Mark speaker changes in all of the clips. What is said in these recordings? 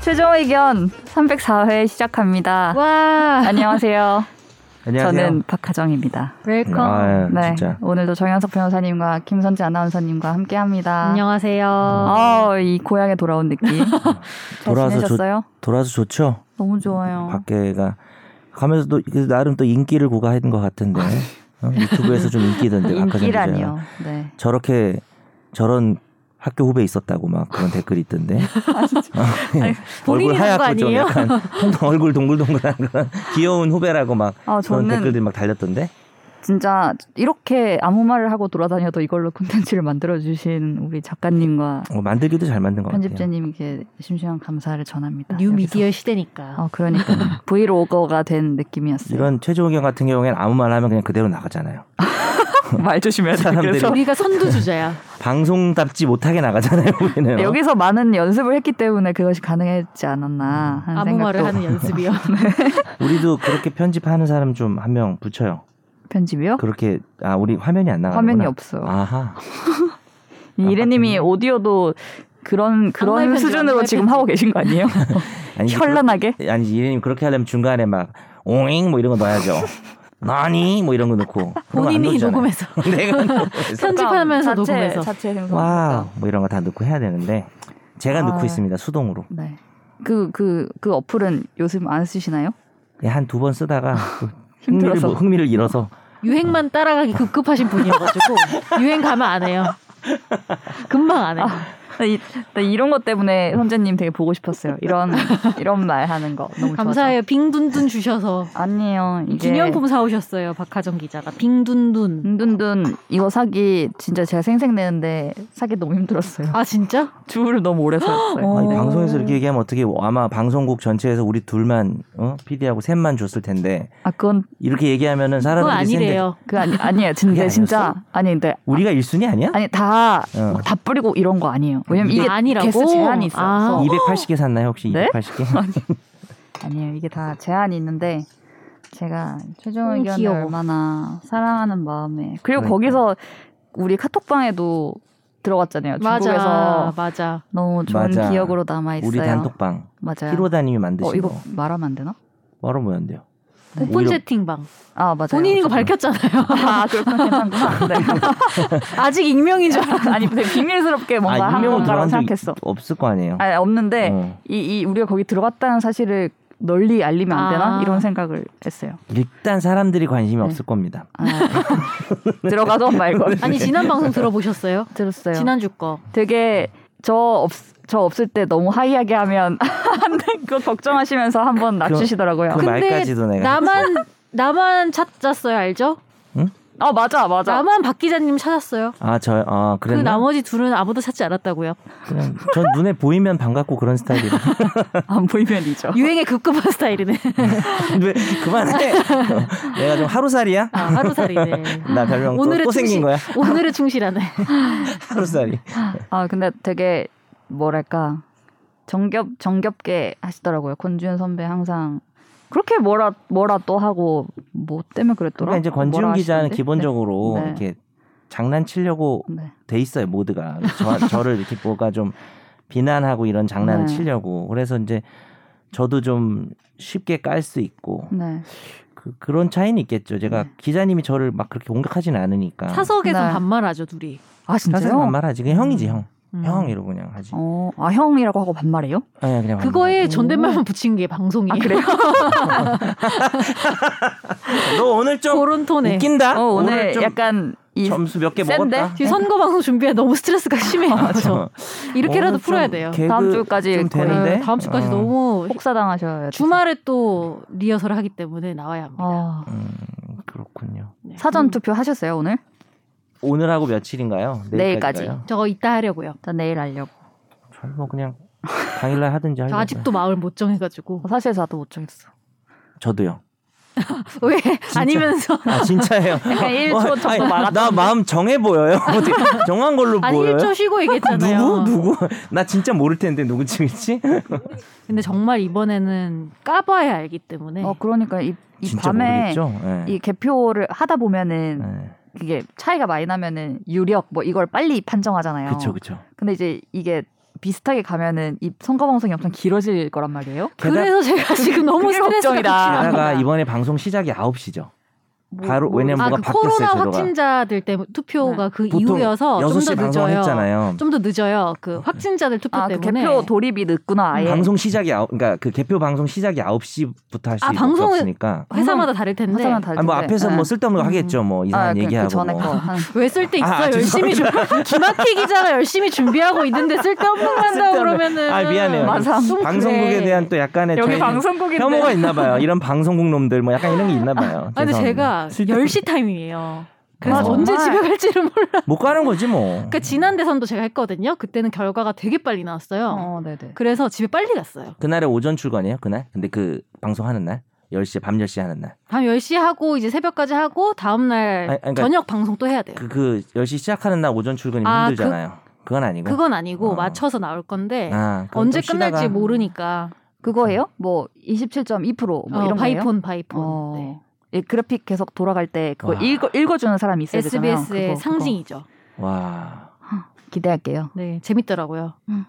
Speaker 1: 최종 의견 304회 시작합니다.
Speaker 2: 와.
Speaker 1: 안녕하세요.
Speaker 3: 안녕하세요.
Speaker 1: 저는 박하정입니다.
Speaker 2: 웰컴.
Speaker 3: 아,
Speaker 1: 네,
Speaker 3: 진짜
Speaker 1: 오늘도 정현석 변호사님과 김선지 아나운서님과 함께합니다.
Speaker 2: 안녕하세요.
Speaker 1: 아, 이 고향에 돌아온 느낌. 잘
Speaker 3: 돌아와서 좋-
Speaker 1: 지내셨어요?
Speaker 3: 돌아서 좋죠.
Speaker 1: 너무 좋아요.
Speaker 3: 밖에가 가면서도 그 나름 또 인기를 구가한 것 같은데 어? 유튜브에서 좀 인기던데
Speaker 1: 인기라니요. 네.
Speaker 3: 저렇게 저런 학교 후배 있었다고 막 그런 댓글이 있던데 어, 예.
Speaker 2: 본인이 한거
Speaker 3: 좀
Speaker 2: 아니에요?
Speaker 3: 약간 통통 얼굴 동글동글한 그런 귀여운 후배라고 막
Speaker 1: 아,
Speaker 3: 그런
Speaker 1: 저는
Speaker 3: 댓글들이 막 달렸던데
Speaker 1: 진짜 이렇게 아무 말을 하고 돌아다녀도 이걸로 콘텐츠를 만들어주신 우리 작가님과
Speaker 3: 어, 만들기도 잘 만든 것 같아요.
Speaker 1: 편집자님께 심심한 감사를 전합니다.
Speaker 2: 뉴
Speaker 1: 여기서.
Speaker 2: 미디어 시대니까.
Speaker 1: 어, 그러니까 브이로거가 된 느낌이었어요.
Speaker 3: 이런 최종 의견 같은 경우에는 아무 말 하면 그냥 그대로 나가잖아요.
Speaker 1: 말 조심해야 돼.
Speaker 3: 사람들이.
Speaker 1: 그래서
Speaker 2: 어. 우리가 선두주자야.
Speaker 3: 방송답지 못하게 나가잖아요. 우리는 어?
Speaker 1: 여기서 많은 연습을 했기 때문에 그것이 가능했지 않았나 하는
Speaker 2: 아무
Speaker 1: 생각도
Speaker 2: 말을 하는 연습이요.
Speaker 3: 우리도 그렇게 편집하는 사람 좀 한 명 붙여요.
Speaker 1: 편집이요?
Speaker 3: 그렇게 아 우리 화면이 안 나가는
Speaker 1: 화면이 없어.
Speaker 3: 아하.
Speaker 1: 이 이래님이 오디오도 그런
Speaker 2: 악마의
Speaker 1: 그런
Speaker 2: 편지,
Speaker 1: 수준으로
Speaker 2: 악마의
Speaker 1: 지금
Speaker 2: 편지.
Speaker 1: 하고 계신 거 아니에요?
Speaker 3: 아니
Speaker 1: 현란하게?
Speaker 3: 그렇- 아니 이래님 그렇게 하려면 중간에 막 옹잉 뭐 이런 거 넣어야죠. 나니 뭐 이런 거 넣고 그런 거안
Speaker 2: 본인이
Speaker 3: 넣잖아요.
Speaker 2: 녹음해서. 그러니까.
Speaker 3: 내가 녹음해서.
Speaker 2: 편집하면서
Speaker 1: 그러니까 자체,
Speaker 2: 녹음해서.
Speaker 1: 자체 생성.
Speaker 3: 와뭐 이런 거 다 넣고 해야 되는데 제가
Speaker 1: 아.
Speaker 3: 넣고 있습니다 수동으로
Speaker 1: 네. 그 그 그 어플은 요즘 안 쓰시나요?
Speaker 3: 예, 한 두 번 쓰다가 흥미를
Speaker 1: 힘들어서.
Speaker 3: 뭐- 흥미를 잃어서
Speaker 2: 유행만 따라가기 급급하신 분이어가지고 유행 가면 안 해요. 금방 안 해요. 어,
Speaker 1: 나, 이, 나 이런 것 때문에 선재님 되게 보고 싶었어요. 이런 이런 말 하는 거 너무 좋아서.
Speaker 2: 감사해요. 빙둔둔 주셔서
Speaker 1: 아니에요. 이게
Speaker 2: 기념품 사오셨어요. 박하정 기자가 빙둔둔.
Speaker 1: 눈둔둔 이거 사기 진짜 제가 생색내는데 사기 너무 힘들었어요.
Speaker 2: 아 진짜?
Speaker 1: 주부를 너무 오래 살았어요.
Speaker 3: 아니,
Speaker 2: 어.
Speaker 3: 방송에서 이렇게 얘기하면 어떻게 아마 방송국 전체에서 우리 둘만 어? PD하고 셋만 줬을 텐데
Speaker 1: 아 그건
Speaker 3: 이렇게 얘기하면은
Speaker 2: 그건
Speaker 3: 사람들이 생각-
Speaker 2: 아니래요.
Speaker 1: 그 아니 아니에요. 근데
Speaker 3: 그게
Speaker 1: 진짜
Speaker 3: 아니었어?
Speaker 1: 아니 근데
Speaker 3: 우리가 1순위 아니야?
Speaker 1: 아니 다 다
Speaker 3: 어.
Speaker 1: 뿌리고 이런 거 아니에요. 왜냐면 이게
Speaker 2: 이게 아니라고?
Speaker 1: 개수 제한이 있어.
Speaker 2: 아.
Speaker 1: 서
Speaker 3: 280개 샀나요 혹시
Speaker 1: 네?
Speaker 3: 280개?
Speaker 1: 아니에요. 이게 다 제한이 있는데 제가 최종
Speaker 2: 음,
Speaker 1: 의견을
Speaker 2: 귀여워.
Speaker 1: 얼마나 사랑하는 마음에 그리고
Speaker 3: 그러니까.
Speaker 1: 거기서 우리 카톡방에도 들어갔잖아요.
Speaker 2: 맞아,
Speaker 1: 중국에서
Speaker 2: 맞아.
Speaker 1: 너무 좋은
Speaker 3: 맞아.
Speaker 1: 기억으로 남아 있어요.
Speaker 3: 우리 단톡방
Speaker 1: 맞아요.
Speaker 3: 피로다님이 만드신
Speaker 1: 어 이거
Speaker 3: 거
Speaker 1: 말하면 안 되나?
Speaker 3: 바로 뭐였는데요?
Speaker 2: 오픈
Speaker 3: 오히려-
Speaker 2: 채팅방.
Speaker 1: 아 맞아요.
Speaker 2: 본인인 거 밝혔잖아요.
Speaker 1: 아 그렇구나 괜찮구나. 네.
Speaker 2: 아직 익명인 줄 알았어.
Speaker 1: 아니 되게 비밀스럽게 뭔가
Speaker 3: 아
Speaker 1: 한
Speaker 3: 익명은
Speaker 1: 건가라고
Speaker 3: 들어간 적
Speaker 1: 생각했어.
Speaker 3: 없을 거 아니에요?
Speaker 1: 아니 없는데
Speaker 3: 어.
Speaker 1: 이, 이 우리가 거기 들어갔다는 사실을 널리 알리면 안 되나
Speaker 2: 아.
Speaker 1: 이런 생각을 했어요.
Speaker 3: 일단 사람들이 관심이
Speaker 1: 네.
Speaker 3: 없을 겁니다.
Speaker 1: 아. 들어가도 말고
Speaker 2: 아니 지난 방송 들어보셨어요?
Speaker 1: 들었어요.
Speaker 2: 지난주 거.
Speaker 1: 되게 저 없. 저 없을 때 너무 하이하게 하면 안돼 그거 걱정하시면서 한번 낮추시더라고요.
Speaker 3: 그 말까지도 내가
Speaker 2: 아, 나만 나만 찾았어요, 알죠?
Speaker 1: 아 맞아 맞아.
Speaker 2: 나만 박 기자님 찾았어요.
Speaker 3: 아 저요? 아
Speaker 2: 그
Speaker 3: 그랬나?
Speaker 2: 나머지 둘은 아무도 찾지 않았다고요.
Speaker 3: 그냥 전 눈에 보이면 반갑고 그런 스타일이에요.
Speaker 1: 안 보이면 잊어.
Speaker 2: 유행에 급급한 스타일이네.
Speaker 3: 왜 그만해? 어, 내가 좀 하루살이야?
Speaker 2: 아, 하루살이네.
Speaker 3: 나 별명 또,
Speaker 2: 오늘의
Speaker 3: 또 생긴
Speaker 2: 충신-
Speaker 3: 거야?
Speaker 2: 오늘의 충실하네.
Speaker 3: 하루살이.
Speaker 1: 아 근데 되게 뭐랄까 정겹 정겹게 하시더라고요. 권지윤 선배 항상 그렇게 뭐라 뭐라 또 하고 뭐 때문에 그랬더라.
Speaker 3: 그러니까 이제 권지훈
Speaker 1: 뭐라
Speaker 3: 기자는
Speaker 1: 하시던데?
Speaker 3: 기본적으로
Speaker 1: 네.
Speaker 3: 이렇게 장난치려고
Speaker 1: 네. 네.
Speaker 3: 돼 있어요 모드가 저, 저를 이렇게 뭐가 좀 비난하고 이런 장난을
Speaker 1: 네.
Speaker 3: 치려고 그래서 이제 저도 좀 쉽게 깔 수 있고
Speaker 1: 네.
Speaker 3: 그, 그런 차이는 있겠죠 제가
Speaker 1: 네.
Speaker 3: 기자님이 저를 막 그렇게 공격하진 않으니까
Speaker 2: 사석에서
Speaker 1: 네.
Speaker 2: 반말하죠, 둘이.
Speaker 1: 아 진짜요?
Speaker 3: 사석에서만 말하지 그냥 형이지 형 형
Speaker 2: 음.
Speaker 3: 이러고 그냥 하지
Speaker 1: 어, 아 형이라고 하고 반말해요?
Speaker 3: 네, 그냥
Speaker 2: 그거에 존댓말만 붙인 게 방송이에요.
Speaker 1: 아 그래요?
Speaker 3: 반말. 너 오늘 좀
Speaker 2: 그런 톤에.
Speaker 3: 웃긴다
Speaker 1: 어, 오늘,
Speaker 3: 아, 좀
Speaker 1: 약간 이
Speaker 3: 점수 몇 개
Speaker 1: 센데?
Speaker 3: 먹었다
Speaker 2: 지금 선거 방송 준비해 너무 스트레스가 심해요.
Speaker 3: 저,
Speaker 2: 이렇게라도
Speaker 3: 어. 오늘 아, 좀
Speaker 2: 풀어야 돼요.
Speaker 3: 개그
Speaker 1: 다음 주까지
Speaker 3: 좀
Speaker 1: 거의
Speaker 3: 되는데
Speaker 2: 네, 다음 주까지
Speaker 3: 어.
Speaker 2: 너무
Speaker 1: 폭사당하셔야 돼.
Speaker 2: 주말에 또 리허설을 하기 때문에 나와야 합니다.
Speaker 1: 아,
Speaker 3: 음, 그렇군요
Speaker 2: 네.
Speaker 1: 사전
Speaker 2: 음,
Speaker 1: 투표 하셨어요 오늘?
Speaker 3: 오늘하고 며칠인가요
Speaker 1: 내일까지.
Speaker 3: 내일까지가요?
Speaker 2: 저거 이따 하려고요.
Speaker 1: 전 내일 하려고.
Speaker 3: 저뭐 그냥 당일날 하든지
Speaker 2: 저
Speaker 3: 하려고
Speaker 2: 아직도 마음을 못 정해가지고
Speaker 1: 어, 사실 저도 못 정했어.
Speaker 3: 저도요.
Speaker 2: 왜 아니면서
Speaker 3: 아 진짜예요. 어,
Speaker 1: 약간 일초 정도
Speaker 3: 아니,
Speaker 1: 말았던
Speaker 3: 나 마음 정해 보여요. 어떻게 정한 걸로
Speaker 2: 아니
Speaker 3: 보여요.
Speaker 2: 1초 쉬고 얘기했잖아요.
Speaker 3: 누구 누구? 나 진짜 모를 텐데 누구 찍을지?
Speaker 2: 근데 정말 이번에는 까봐야 알기 때문에
Speaker 1: 어 그러니까 이, 이
Speaker 3: 진짜
Speaker 1: 밤에
Speaker 3: 모르겠죠. 예.
Speaker 1: 이 개표를 하다 보면은
Speaker 3: 예.
Speaker 1: 그게 차이가 많이 나면은 유력 뭐 이걸 빨리 판정하잖아요.
Speaker 3: 그쵸 그쵸.
Speaker 1: 근데 이제 이게 비슷하게 가면은 이 선거 방송이 엄청 길어질 거란 말이에요.
Speaker 3: 게다,
Speaker 2: 그래서 아, 제가 지금 너무
Speaker 1: 그게 걱정이다.
Speaker 2: 스트레스가
Speaker 3: 가 이번에 방송 시작이 9시죠.
Speaker 1: 뭐-
Speaker 3: 바로
Speaker 1: 뭐-
Speaker 3: 왜냐면
Speaker 2: 아,
Speaker 3: 뭐가
Speaker 2: 그
Speaker 3: 바뀌었어요,
Speaker 2: 코로나
Speaker 3: 제도가. 네.
Speaker 2: 확진자들 때문에 투표가 그
Speaker 3: 보통
Speaker 2: 이후여서 좀
Speaker 3: 6시
Speaker 2: 더
Speaker 3: 방송을
Speaker 2: 늦어요.
Speaker 3: 했잖아요.
Speaker 2: 좀 더 늦어요. 그 확진자들 투표
Speaker 1: 아, 그
Speaker 2: 때문에.
Speaker 1: 개표 돌입이 늦구나 아예.
Speaker 3: 음, 방송 시작이 아홉 그러니까 그 개표 방송 시작이 9시부터 할
Speaker 2: 아,
Speaker 3: 수
Speaker 2: 방송은-
Speaker 3: 없으니까.
Speaker 2: 회사마다 다를 텐데. 음.
Speaker 1: 하자면 네. 다를
Speaker 3: 아니 뭐
Speaker 1: 텐데.
Speaker 3: 앞에서
Speaker 1: 네.
Speaker 3: 뭐 쓸데없는 거 하겠죠. 뭐 이상한
Speaker 1: 아, 그-
Speaker 3: 얘기하고
Speaker 1: 그 전에
Speaker 3: 뭐.
Speaker 1: 거 한-
Speaker 2: 왜 쓸 때 있어?
Speaker 3: 아,
Speaker 2: 열심히 준 김학희 기자가 열심히 준비하고 있는데 쓸데없는 거 한다
Speaker 3: 쓸데없는-
Speaker 2: 그러면은
Speaker 3: 아, 미안해요.
Speaker 1: 맞아.
Speaker 2: 좀
Speaker 3: 방송국에
Speaker 2: 어, 그래.
Speaker 3: 대한 또 약간의
Speaker 1: 여기
Speaker 3: 저희
Speaker 1: 방송국인데.
Speaker 3: 혐오가 있나 봐요. 이런 방송국 놈들 뭐 약간 이런 게 있나 봐요.
Speaker 2: 아, 근데
Speaker 3: 죄송합니다.
Speaker 2: 제가 10시 타임이에요. 그래서
Speaker 3: 아,
Speaker 2: 언제 집에
Speaker 1: 정말?
Speaker 2: 갈지를 몰라.
Speaker 3: 못 가는 거지 뭐.
Speaker 2: 그러니까 지난 대선도 제가 했거든요. 그때는 결과가 되게 빨리 나왔어요.
Speaker 1: 어, 네네.
Speaker 2: 그래서 집에 빨리 갔어요.
Speaker 3: 그날에 오전 출근이에요. 그날. 근데 그 방송하는 날 10시 밤 10시 하는 날.
Speaker 2: 밤 10시 하고 이제 새벽까지 하고 다음 날
Speaker 3: 아니, 그러니까-
Speaker 2: 저녁 방송 또 해야 돼요.
Speaker 3: 그, 그 10시 시작하는 날 오전 출근이
Speaker 2: 아,
Speaker 3: 힘들잖아요. 그, 건 아니고.
Speaker 2: 그건 아니고
Speaker 3: 어.
Speaker 2: 맞춰서 나올 건데
Speaker 3: 아, 그건
Speaker 2: 언제
Speaker 3: 또 쉬다가-
Speaker 2: 끝날지 모르니까
Speaker 1: 그거예요? 뭐 27.2%뭐
Speaker 2: 어,
Speaker 1: 이런 거예요?
Speaker 2: 바이폰 바이폰
Speaker 1: 어.
Speaker 2: 네.
Speaker 1: 이 그래픽 계속 돌아갈 때 그거
Speaker 3: 와.
Speaker 1: 읽어 읽어주는 사람이 있어야 되잖아요.
Speaker 2: SBS의
Speaker 1: 그거, 그거.
Speaker 2: 상징이죠.
Speaker 3: 와.
Speaker 1: 기대할게요.
Speaker 2: 네 재밌더라고요.
Speaker 1: 음.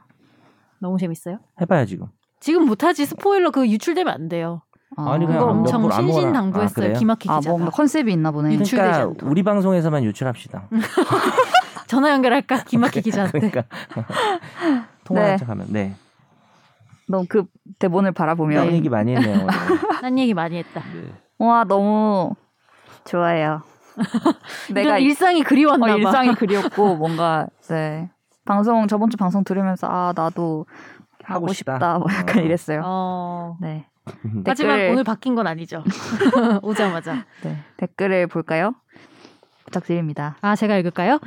Speaker 2: 너무 재밌어요.
Speaker 3: 해봐요 지금.
Speaker 2: 지금 못하지 스포일러 그 유출되면 안 돼요.
Speaker 1: 아,
Speaker 3: 아니, 그냥
Speaker 2: 그거
Speaker 3: 몇
Speaker 2: 엄청
Speaker 3: 분 아무거나. 아,
Speaker 2: 신신당부했어요.
Speaker 3: 그래요?
Speaker 2: 김학희
Speaker 1: 아
Speaker 2: 기자가.
Speaker 1: 뭔가 컨셉이 있나 보네.
Speaker 2: 유튜브- 유출되지
Speaker 3: 그러니까
Speaker 2: 않도록.
Speaker 3: 우리 방송에서만 유출합시다.
Speaker 2: 음, 전화 연결할까 김학희 기자한테.
Speaker 3: 그러니까 통화한
Speaker 1: 네.
Speaker 3: 척하면 네.
Speaker 1: 너무 그 대본을 바라보며
Speaker 3: 딴 얘기 많이 했네요.
Speaker 2: 난 얘기 많이 했다.
Speaker 3: 오늘. 네.
Speaker 1: 와 너무 좋아요.
Speaker 2: 내가
Speaker 1: 내가 이-
Speaker 2: 일상이
Speaker 1: 어,
Speaker 2: 그리웠나 봐.
Speaker 1: 일상이 그리웠고 뭔가 네 방송 저번 주 방송 들으면서 아 나도 하고,
Speaker 3: 하고 싶다.
Speaker 1: 싶다. 뭐 약간
Speaker 3: 어.
Speaker 1: 이랬어요.
Speaker 2: 어.
Speaker 1: 네.
Speaker 2: 하지만
Speaker 1: 댓글-
Speaker 2: 오늘 바뀐 건 아니죠. 오자마자.
Speaker 1: 네. 댓글을 볼까요? 부탁드립니다.
Speaker 2: 아, 제가 읽을까요?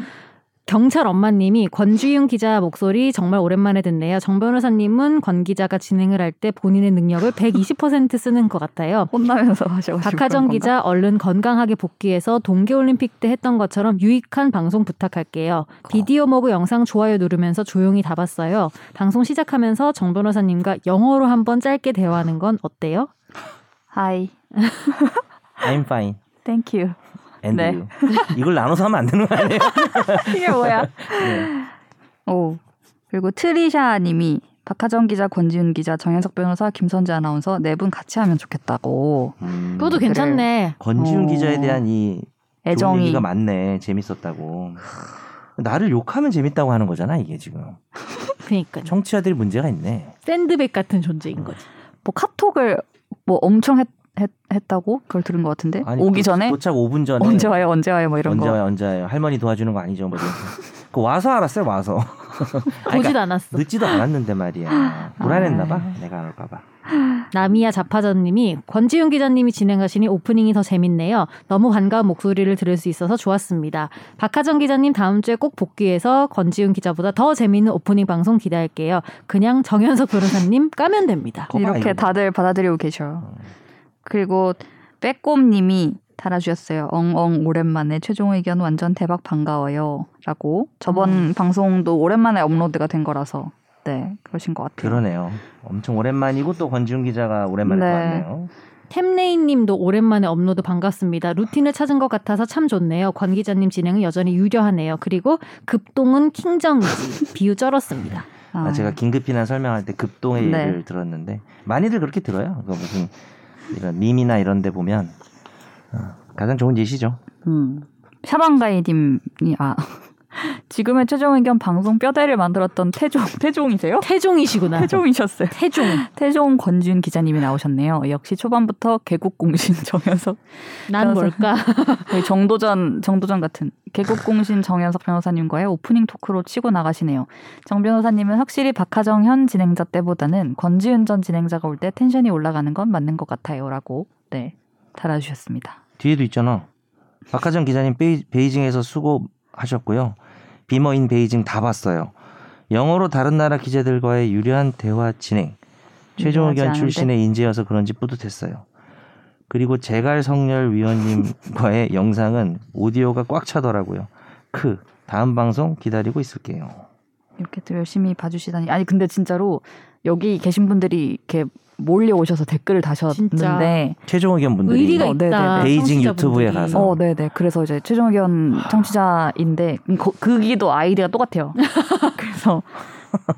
Speaker 2: 경찰 엄마님이 권주윤 기자 목소리 정말 오랜만에 듣네요. 정 변호사님은 권 기자가 진행을 할 때 본인의 능력을 120% 쓰는 것 같아요.
Speaker 1: 혼나면서 하셔가지고
Speaker 2: 박하정
Speaker 1: 그런 건가?
Speaker 2: 기자 얼른 건강하게 복귀해서 동계올림픽 때 했던 것처럼 유익한 방송 부탁할게요. 비디오 모그 영상 좋아요 누르면서 조용히 다 봤어요. 방송 시작하면서 정 변호사님과 영어로 한번 짧게 대화하는 건 어때요?
Speaker 1: Hi.
Speaker 3: I'm fine.
Speaker 1: Thank you.
Speaker 3: And
Speaker 1: 네.
Speaker 3: you. 이걸 나눠서 하면 안 되는 거 아니에요?
Speaker 1: 이게 뭐야?
Speaker 3: 네.
Speaker 1: 오. 그리고 트리샤 님이 박하정 기자, 권지윤 기자, 정현석 변호사, 김선재 아나운서 네 분 같이 하면 좋겠다고.
Speaker 3: 음,
Speaker 2: 그것도 괜찮네.
Speaker 3: 권지훈
Speaker 1: 어.
Speaker 3: 기자에 대한 이 좋은
Speaker 1: 애정이
Speaker 3: 얘기가 많네. 재밌었다고. 나를 욕하면 재밌다고 하는 거잖아 이게 지금.
Speaker 2: 그러니까
Speaker 3: 청취자들이 문제가 있네.
Speaker 2: 샌드백 같은 존재인 거지.
Speaker 3: 음.
Speaker 1: 뭐 카톡을 뭐 엄청 했, 다고 그걸 들은 것 같은데
Speaker 3: 아니,
Speaker 1: 네? 오기
Speaker 3: 도-
Speaker 1: 전에
Speaker 3: 도착 5분 전에
Speaker 1: 언제 와요 언제 와요 뭐 이런
Speaker 3: 언제
Speaker 1: 거
Speaker 3: 와요 언제 와요 할머니 도와주는 거 아니죠 뭐. 이런 거. 그 와서 알았어요 와서. 아니, 그러니까
Speaker 2: 보지도 않았어.
Speaker 3: 늦지도 않았는데 말이야.
Speaker 1: 아.
Speaker 3: 불안했나봐. 내가 안 올까봐.
Speaker 2: 나미야 자파전님이 권지윤 기자님이 진행하시니 오프닝이 더 재밌네요. 너무 반가운 목소리를 들을 수 있어서 좋았습니다. 박하정 기자님 다음 주에 꼭 복귀해서 권지윤 기자보다 더 재밌는 오프닝 방송 기대할게요. 그냥 정현석 변호사님 까면 됩니다.
Speaker 3: 거봐,
Speaker 1: 이렇게
Speaker 3: 이거.
Speaker 1: 다들 받아들이고 계셔
Speaker 3: 어,
Speaker 1: 그리고 빼꼼님이 달아주셨어요 엉엉 오랜만에 최종 의견 완전 대박 반가워요 라고 저번 방송도 오랜만에 업로드가 된 거라서 네 그러신 것 같아요
Speaker 3: 그러네요. 엄청 오랜만이고 또 권지훈 기자가 오랜만에 또
Speaker 1: 네.
Speaker 3: 왔네요.
Speaker 2: 템레인님도 오랜만에 업로드 반갑습니다. 루틴을 찾은 것 같아서 참 좋네요. 권 기자님 진행은 여전히 유려하네요. 그리고 급동은 킹정이지 비유 쩔었습니다.
Speaker 1: 아,
Speaker 3: 아, 제가 긴급피난 설명할 때 급동의
Speaker 1: 네.
Speaker 3: 예를 들었는데 많이들 그렇게 들어요. 그 무슨 이런 밈이나 이런 데 보면 어, 가장 좋은 예시죠.
Speaker 1: 음. 샤방가이님이 아 지금의 최종 의견 방송 뼈대를 만들었던 태종 태종이세요?
Speaker 2: 태종이시구나.
Speaker 1: 태종이셨어요.
Speaker 2: 태종.
Speaker 1: 태종 권지윤 기자님이 나오셨네요. 역시 초반부터 개국공신 정현석
Speaker 2: 난
Speaker 1: 변호사.
Speaker 2: 뭘까?
Speaker 1: 거의 정도전 정도전 같은 개국공신 정현석 변호사님과의 오프닝 토크로 치고 나가시네요. 정 변호사님은 확실히 박하정 현 진행자 때보다는 권지윤 전 진행자가 올 때 텐션이 올라가는 건 맞는 것 같아요라고 네 달아주셨습니다.
Speaker 3: 뒤에도 있잖아. 박하정 기자님 베이, 베이징에서 수고하셨고요. 비머인 베이징 다 봤어요. 영어로 다른 나라 기자들과의 유려한 대화 진행. 최종
Speaker 1: 유려하지
Speaker 3: 의견
Speaker 1: 않은데.
Speaker 3: 출신의 인재여서 그런지 뿌듯했어요. 그리고 제갈성렬 위원님과의 영상은 오디오가 꽉 차더라고요. 크 다음 방송 기다리고 있을게요.
Speaker 1: 이렇게 또 열심히 봐주시다니 아니 근데 진짜로 여기 계신 분들이 이렇게 몰려오셔서 댓글을 다셨는데
Speaker 2: 진짜.
Speaker 3: 최종 의견 분들이
Speaker 2: 의리가
Speaker 1: 어,
Speaker 2: 있다.
Speaker 1: 네네네.
Speaker 3: 베이징 유튜브에
Speaker 2: 청취자분들이.
Speaker 3: 가서.
Speaker 1: 어, 네, 네. 그래서 이제 최종 의견 청취자인데 음, 거, 거기도 아이디가 똑같아요. 그래서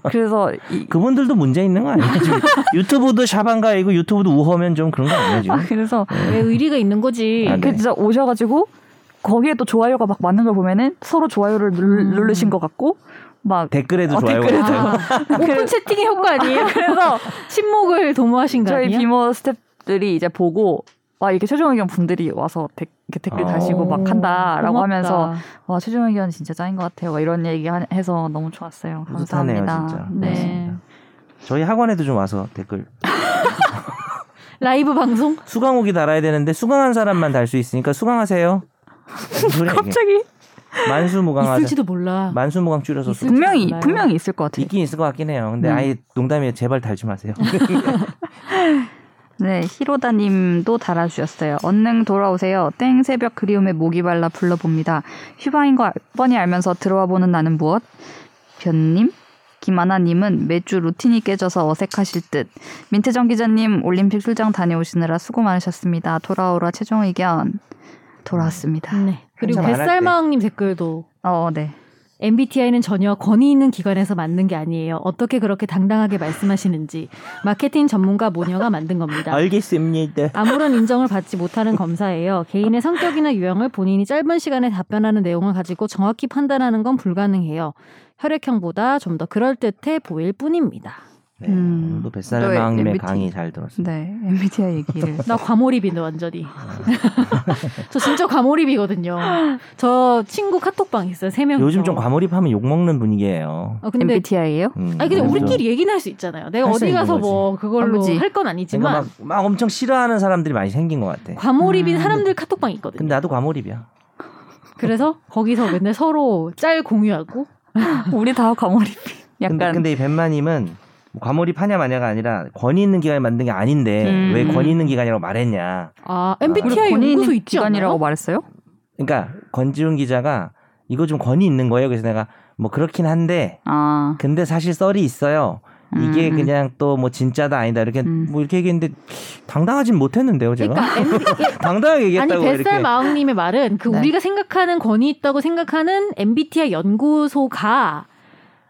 Speaker 1: 그래서 이,
Speaker 3: 그분들도 문제 있는 거 아니에요? 지금 유튜브도 샤방가이고 유튜브도 우허면 좀 그런 거 아니에요? 지금?
Speaker 1: 아, 그래서
Speaker 2: 왜 의리가 있는 거지.
Speaker 3: 아, 네.
Speaker 1: 그 진짜 오셔가지고 거기에 또 좋아요가 막 많은 걸 보면은 서로 좋아요를 누,
Speaker 2: 음.
Speaker 1: 누르신 것 같고 막
Speaker 3: 댓글에도
Speaker 1: 어,
Speaker 3: 좋아요가
Speaker 1: 댓글에도
Speaker 3: 있다고.
Speaker 2: 오픈 채팅의 효과 아니에요?
Speaker 1: 그래서
Speaker 2: 침묵을 도모하신 거
Speaker 1: 저희
Speaker 2: 아니에요?
Speaker 1: 비모 스탭들이 이제 보고 와 이렇게 최종 의견 분들이 와서 댓- 이렇게 댓글
Speaker 3: 어.
Speaker 1: 다시고 막 한다라고
Speaker 2: 고맙다.
Speaker 1: 하면서 와 최종 의견 진짜 짜인 것 같아요 막 이런 얘기 하- 해서 너무 좋았어요
Speaker 3: 뿌듯하네요,
Speaker 1: 감사합니다
Speaker 3: 진짜.
Speaker 1: 네.
Speaker 2: 네.
Speaker 3: 저희 학원에도 좀 와서 댓글.
Speaker 2: 라이브 방송
Speaker 3: 수강옥이 달아야 되는데 수강한 사람만 달 수 있으니까 수강하세요. 무슨 소리야, 이게.
Speaker 1: 갑자기
Speaker 3: 만수무강하자.
Speaker 2: 있을지도 몰라.
Speaker 3: 만수무강 줄여서
Speaker 2: 있을-
Speaker 3: 수...
Speaker 1: 네, 분명히
Speaker 2: 몰라요.
Speaker 1: 분명히 있을 것 같아요
Speaker 3: 있긴 있을 것 같긴 해요. 근데
Speaker 1: 음.
Speaker 3: 아예 농담이에요. 제발 달지 마세요.
Speaker 2: 음.
Speaker 1: 네, 히로다님도 달아주셨어요. 언능 돌아오세요. 땡 새벽 그리움에 목이 발라 불러봅니다. 휴방인 거 알- 뻔히 알면서 들어와 보는 나는 무엇? 변님? 김아나님은 매주 루틴이 깨져서 어색하실 듯. 민태정 기자님 올림픽 출장 다녀오시느라 수고 많으셨습니다. 돌아오라 최종 의견 돌아왔습니다.
Speaker 2: 네. 그리고
Speaker 3: 한참 안할 때.
Speaker 2: 뱃살마왕님 댓글도
Speaker 1: 어, 네.
Speaker 2: MBTI는 전혀 권위 있는 기관에서 만든 게 아니에요. 어떻게 그렇게 당당하게 말씀하시는지 마케팅 전문가 모녀가 만든 겁니다.
Speaker 3: 알겠습니다.
Speaker 2: 아무런 인정을 받지 못하는 검사예요. 개인의 성격이나 유형을 본인이 짧은 시간에 답변하는 내용을 가지고 정확히 판단하는 건 불가능해요. 혈액형보다 좀 더 그럴듯해 보일 뿐입니다.
Speaker 3: 네,
Speaker 1: 음.
Speaker 3: 오늘도
Speaker 1: 또
Speaker 3: 뱃살마왕님의
Speaker 1: MBTI.
Speaker 3: 강의 잘 들었습니다.
Speaker 1: 네, MBTI 얘기를.
Speaker 2: 나 과몰입인데 완전히. 저 진짜 과몰입이거든요. 저 친구 카톡방 있어요. 세 명.
Speaker 3: 요즘 좀 과몰입하면 욕먹는 분위기예요.
Speaker 2: 아 근데
Speaker 1: MBTI예요?
Speaker 3: 음,
Speaker 2: 아니 근데
Speaker 3: 그래서.
Speaker 2: 우리끼리 얘기는 할 수 있잖아요. 내가
Speaker 3: 할수
Speaker 2: 어디
Speaker 3: 있는
Speaker 2: 가서
Speaker 3: 거지.
Speaker 2: 뭐 그걸로
Speaker 1: 아버지.
Speaker 2: 할 건 아니지만
Speaker 3: 그러니까 막, 막 엄청 싫어하는 사람들이 많이 생긴 것 같아.
Speaker 2: 과몰입인
Speaker 1: 음.
Speaker 2: 사람들 카톡방 있거든요.
Speaker 3: 근데 나도 과몰입이야.
Speaker 2: 그래서 거기서 맨날 서로 짤 공유하고
Speaker 1: 우리 다 과몰입.
Speaker 3: 근데,
Speaker 1: 약간
Speaker 3: 근데 이 뱀마님은 뭐 과몰입하냐 마냐가 아니라 권위 있는 기관이 만든 게 아닌데
Speaker 1: 음.
Speaker 3: 왜 권위 있는 기관이라고 말했냐.
Speaker 2: 아
Speaker 1: 우리
Speaker 2: MBTI
Speaker 1: 본인
Speaker 2: 연구소 있지
Speaker 1: 기관이라고
Speaker 2: 않나요?
Speaker 1: 말했어요?
Speaker 3: 그러니까 권지훈 기자가 이거 좀 권위 있는 거예요. 그래서 내가 뭐 그렇긴 한데
Speaker 1: 아.
Speaker 3: 근데 사실 썰이 있어요. 이게
Speaker 1: 음.
Speaker 3: 그냥 또 뭐 진짜다 아니다 이렇게
Speaker 1: 음.
Speaker 3: 뭐 이렇게 얘기했는데 당당하진 못했는데요 제가
Speaker 2: 그러니까 MBTI
Speaker 3: 당당하게
Speaker 2: 아니
Speaker 3: 얘기했다고
Speaker 2: 뱃살
Speaker 3: 이렇게
Speaker 2: 마왕님의 말은 그
Speaker 1: 네.
Speaker 2: 우리가 생각하는 권위 있다고 생각하는 MBTI 연구소가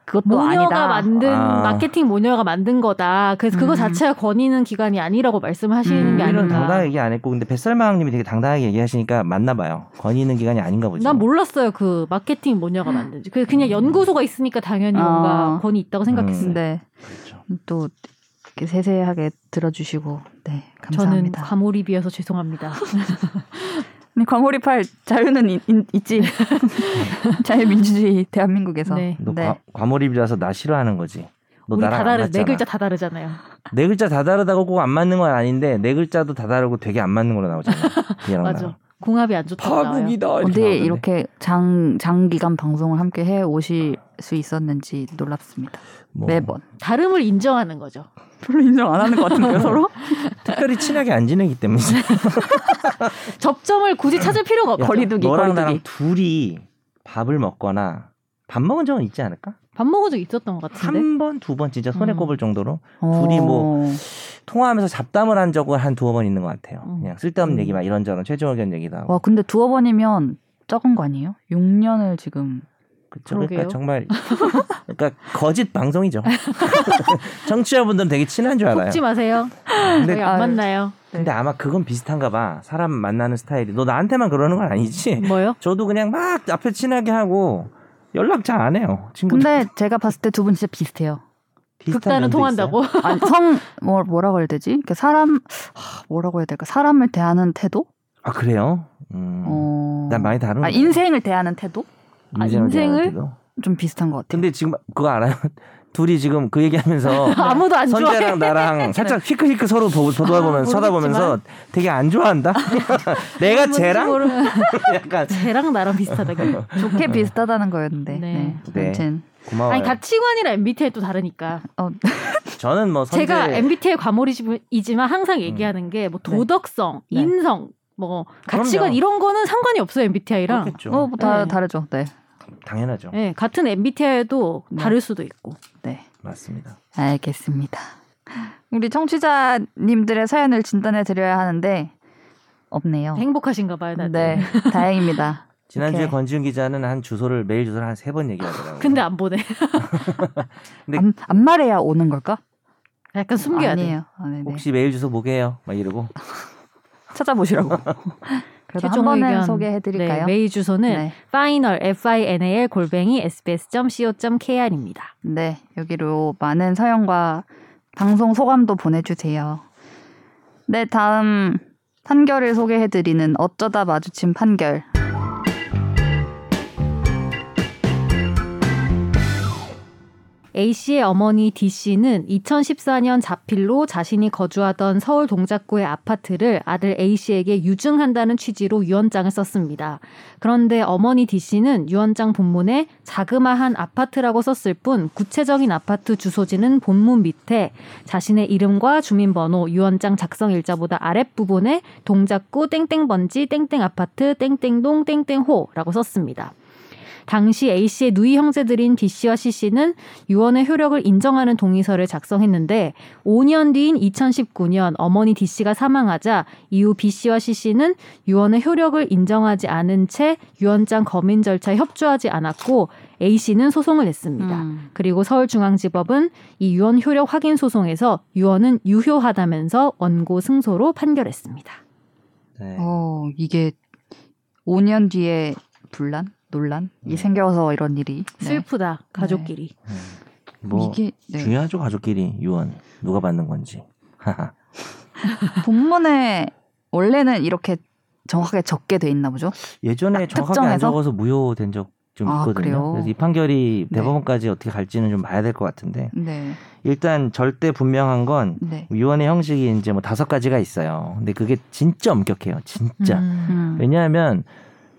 Speaker 1: 그것도
Speaker 2: 모녀가
Speaker 1: 아니다.
Speaker 2: 만든
Speaker 3: 아.
Speaker 2: 마케팅 모녀가 만든 거다. 그래서 그거
Speaker 1: 음.
Speaker 2: 자체가 권위는 기관이 아니라고 말씀하시는
Speaker 1: 음.
Speaker 2: 게
Speaker 3: 우리는
Speaker 2: 아닌가.
Speaker 3: 당당하게 얘기 안 했고 근데 뱃살마왕님이 되게 당당하게 얘기하시니까 맞나 봐요 권위 있는 기관이 아닌가 보죠.
Speaker 2: 난 몰랐어요 그 마케팅 모녀가 만든지. 그 그냥 연구소가 있으니까 당연히
Speaker 1: 음. 아.
Speaker 2: 뭔가 권위 있다고 생각했어요.
Speaker 1: 네.
Speaker 3: 그렇죠.
Speaker 1: 또 이렇게 세세하게 들어주시고 네
Speaker 2: 저는
Speaker 1: 감사합니다.
Speaker 2: 과몰입이어서 죄송합니다.
Speaker 1: 네, 광호리팔 자유는 이- 이- 있지. 자유민주주의 대한민국에서.
Speaker 2: 네.
Speaker 3: 너
Speaker 1: 네.
Speaker 3: 과, 과몰입이라서 나 싫어하는 거지. 너
Speaker 2: 우리
Speaker 3: 나랑
Speaker 2: 다
Speaker 3: 안
Speaker 2: 다르 네
Speaker 3: 맞잖아.
Speaker 2: 글자 다 다르잖아요.
Speaker 3: 네 글자 다 다르다고 꼭 안 맞는 건 아닌데 네 글자도 다 다르고 되게 안 맞는 걸로 나오잖아. 얘랑 나랑.
Speaker 2: 맞아. 공합이 안 좋다고 나와요. 네,
Speaker 1: 어디에
Speaker 3: 나오던데.
Speaker 1: 이렇게 장 장기간 방송을 함께 해 오실 수 있었는지 놀랍습니다.
Speaker 3: 뭐
Speaker 2: 네,
Speaker 1: 매번.
Speaker 2: 다름을 인정하는 거죠.
Speaker 1: 별로 인정 안 하는 것 같은데요 서로?
Speaker 3: 특별히 친하게 안 지내기 때문에
Speaker 2: 접점을 굳이 찾을 필요가 없죠.
Speaker 1: 거리두기,
Speaker 3: 음. 너랑
Speaker 1: 거리두기.
Speaker 3: 나랑 둘이 밥을 먹거나 밥 먹은 적은 있지 않을까?
Speaker 2: 밥 먹은 적 있었던 것 같은데.
Speaker 3: 한 번 두 번 진짜 손에
Speaker 2: 음.
Speaker 3: 꼽을 정도로 둘이 뭐-
Speaker 1: 어,
Speaker 3: 통화하면서 잡담을 한 적은 한 두어 번 있는 것 같아요.
Speaker 2: 음.
Speaker 3: 그냥 쓸데없는
Speaker 2: 음.
Speaker 3: 얘기 막 이런저런 최종 의견 얘기도 하고
Speaker 1: 와 근데 두어 번이면 적은 거 아니에요? 6년을 지금.
Speaker 3: 그쵸? 그러니까
Speaker 2: 그러게요.
Speaker 3: 정말 그러니까 거짓 방송이죠. 청취자분들은 되게 친한 줄 알아요.
Speaker 2: 속지 마세요. 저희
Speaker 3: 근데
Speaker 2: 안
Speaker 1: 아유.
Speaker 2: 만나요.
Speaker 3: 근데 아마 그건 비슷한가 봐. 사람 만나는 스타일이 너 나한테만 그러는 건 아니지?
Speaker 2: 뭐요?
Speaker 3: 저도 그냥 막 앞에 친하게 하고 연락 잘 안 해요. 친구들
Speaker 1: 근데 제가 봤을 때 두 분 진짜 비슷해요.
Speaker 3: 비슷한
Speaker 2: 극단은
Speaker 3: 면도
Speaker 2: 통한다고.
Speaker 1: 아니, 성 뭐, 뭐라고 해야 되지? 이렇게 사람 하, 뭐라고 해야 될까? 사람을 대하는 태도?
Speaker 3: 있어요. 아 그래요? 음,
Speaker 1: 어.
Speaker 3: 난 많이 다른.
Speaker 1: 아,
Speaker 3: 거예요.
Speaker 1: 인생을 대하는 태도?
Speaker 2: 아,
Speaker 3: 인생을
Speaker 2: 인생을?
Speaker 3: 대하는데도.
Speaker 1: 좀 비슷한 것 같아요.
Speaker 3: 근데 지금 그거 알아요? 둘이 지금 그 얘기하면서
Speaker 2: 아무도 안 좋아해. 아,
Speaker 3: 선재랑 나랑 살짝 휘크휘크 서로 보, 보다 보면서
Speaker 2: 모르겠지만.
Speaker 3: 쳐다보면서 되게 안 좋아한다. 내가
Speaker 2: 뭔지
Speaker 3: 쟤랑
Speaker 2: 모르-
Speaker 3: 약간
Speaker 2: 쟤랑 나랑 비슷하다고.
Speaker 1: 좋게 비슷하다는 거였는데.
Speaker 2: 네.
Speaker 1: 네.
Speaker 3: 음. 네.
Speaker 1: 아무튼
Speaker 3: 고마워요.
Speaker 2: 아니 가치관이랑 MBTI 또 다르니까.
Speaker 1: 어,
Speaker 3: 저는 뭐 선재 음.
Speaker 2: 제가 MBTI 과몰이지만 항상 얘기하는 게 뭐 도덕성,
Speaker 1: 네.
Speaker 2: 인성, 뭐 가치관
Speaker 3: 그럼요.
Speaker 2: 이런 거는 상관이 없어요 MBTI랑.
Speaker 3: 그렇겠죠.
Speaker 1: 어, 뭐다
Speaker 2: 네.
Speaker 1: 다르죠. 네.
Speaker 3: 당연하죠.
Speaker 2: 예, 같은 MBTI도
Speaker 1: 네.
Speaker 2: 다를 수도 있고.
Speaker 1: 네.
Speaker 3: 맞습니다.
Speaker 1: 알겠습니다. 우리 청취자님들의 사연을 진단해 드려야 하는데
Speaker 3: 어.
Speaker 1: 없네요.
Speaker 2: 행복하신가 봐요, 다들.
Speaker 1: 네, 다행입니다.
Speaker 3: 지난주에
Speaker 1: 이렇게. 아,
Speaker 3: 권지윤 기자는 한 주소를 메일 주소를 한 세 번 얘기하더라고요.
Speaker 2: 근데 안 보내.
Speaker 3: 근데-
Speaker 1: 안, 안 말해야 오는 걸까?
Speaker 2: 약간 숨겨야 돼.
Speaker 1: 아니에요. 아, 네네.
Speaker 3: 혹시 메일 주소 뭐게요? 막 이러고
Speaker 1: 찾아보시라고. 그래도 한
Speaker 2: 최종
Speaker 1: 번은
Speaker 2: 의견.
Speaker 1: 소개해
Speaker 2: 네,
Speaker 1: 드릴까요?
Speaker 2: 메일 주소는
Speaker 1: 네.
Speaker 2: final final 골뱅이 sbs.co.kr입니다.
Speaker 1: 네, 여기로 많은 사연과 방송 소감도 보내주세요. 네, 다음 판결을 소개해드리는 어쩌다 마주친 판결.
Speaker 2: A 씨의 어머니 D 씨는 2014년 자필로 자신이 거주하던 서울 동작구의 아파트를 아들 A 씨에게 유증한다는 취지로 유언장을 썼습니다. 그런데 어머니 D 씨는 유언장 본문에 자그마한 아파트라고 썼을 뿐 구체적인 아파트 주소지는 본문 밑에 자신의 이름과 주민번호 유언장 작성 일자보다 아랫부분에 동작구 땡땡번지 땡땡 아파트 땡땡동 땡땡호라고 썼습니다. 당시 A씨의 누이 형제들인 B씨와 C씨는 유언의 효력을 인정하는 동의서를 작성했는데 5년 뒤인 2019년 어머니 D씨가 사망하자 이후 B씨와 C씨는 유언의 효력을 인정하지 않은 채 유언장 검인 절차에 협조하지 않았고 A씨는 소송을 냈습니다.
Speaker 1: 음.
Speaker 2: 그리고 서울중앙지법은 이 유언 효력 확인 소송에서 유언은 유효하다면서 원고 승소로 판결했습니다.
Speaker 3: 네.
Speaker 1: 어, 이게 5년 뒤에 분란? 논란이
Speaker 3: 네.
Speaker 1: 생겨서 이런 일이. 네.
Speaker 2: 슬프다 가족끼리.
Speaker 3: 음. 뭐
Speaker 1: 이게 네.
Speaker 3: 중요하죠 가족끼리 유언 누가 받는 건지. 하하.
Speaker 1: 본문에 원래는 이렇게 정확하게 적게 돼 있나 보죠?
Speaker 3: 예전에
Speaker 1: 딱
Speaker 3: 정확하게 안
Speaker 1: 특정해서?
Speaker 3: 적어서 무효된 적 좀
Speaker 1: 아,
Speaker 3: 있거든요.
Speaker 1: 그래요?
Speaker 3: 그래서 이 판결이
Speaker 1: 네.
Speaker 3: 대법원까지 어떻게 갈지는 좀 봐야 될 것 같은데
Speaker 1: 네,
Speaker 3: 일단 절대 분명한 건
Speaker 1: 네.
Speaker 3: 유언의 형식이 이제 뭐 다섯 가지가 있어요. 근데 그게 진짜 엄격해요. 진짜.
Speaker 2: 음.
Speaker 1: 음.
Speaker 3: 왜냐하면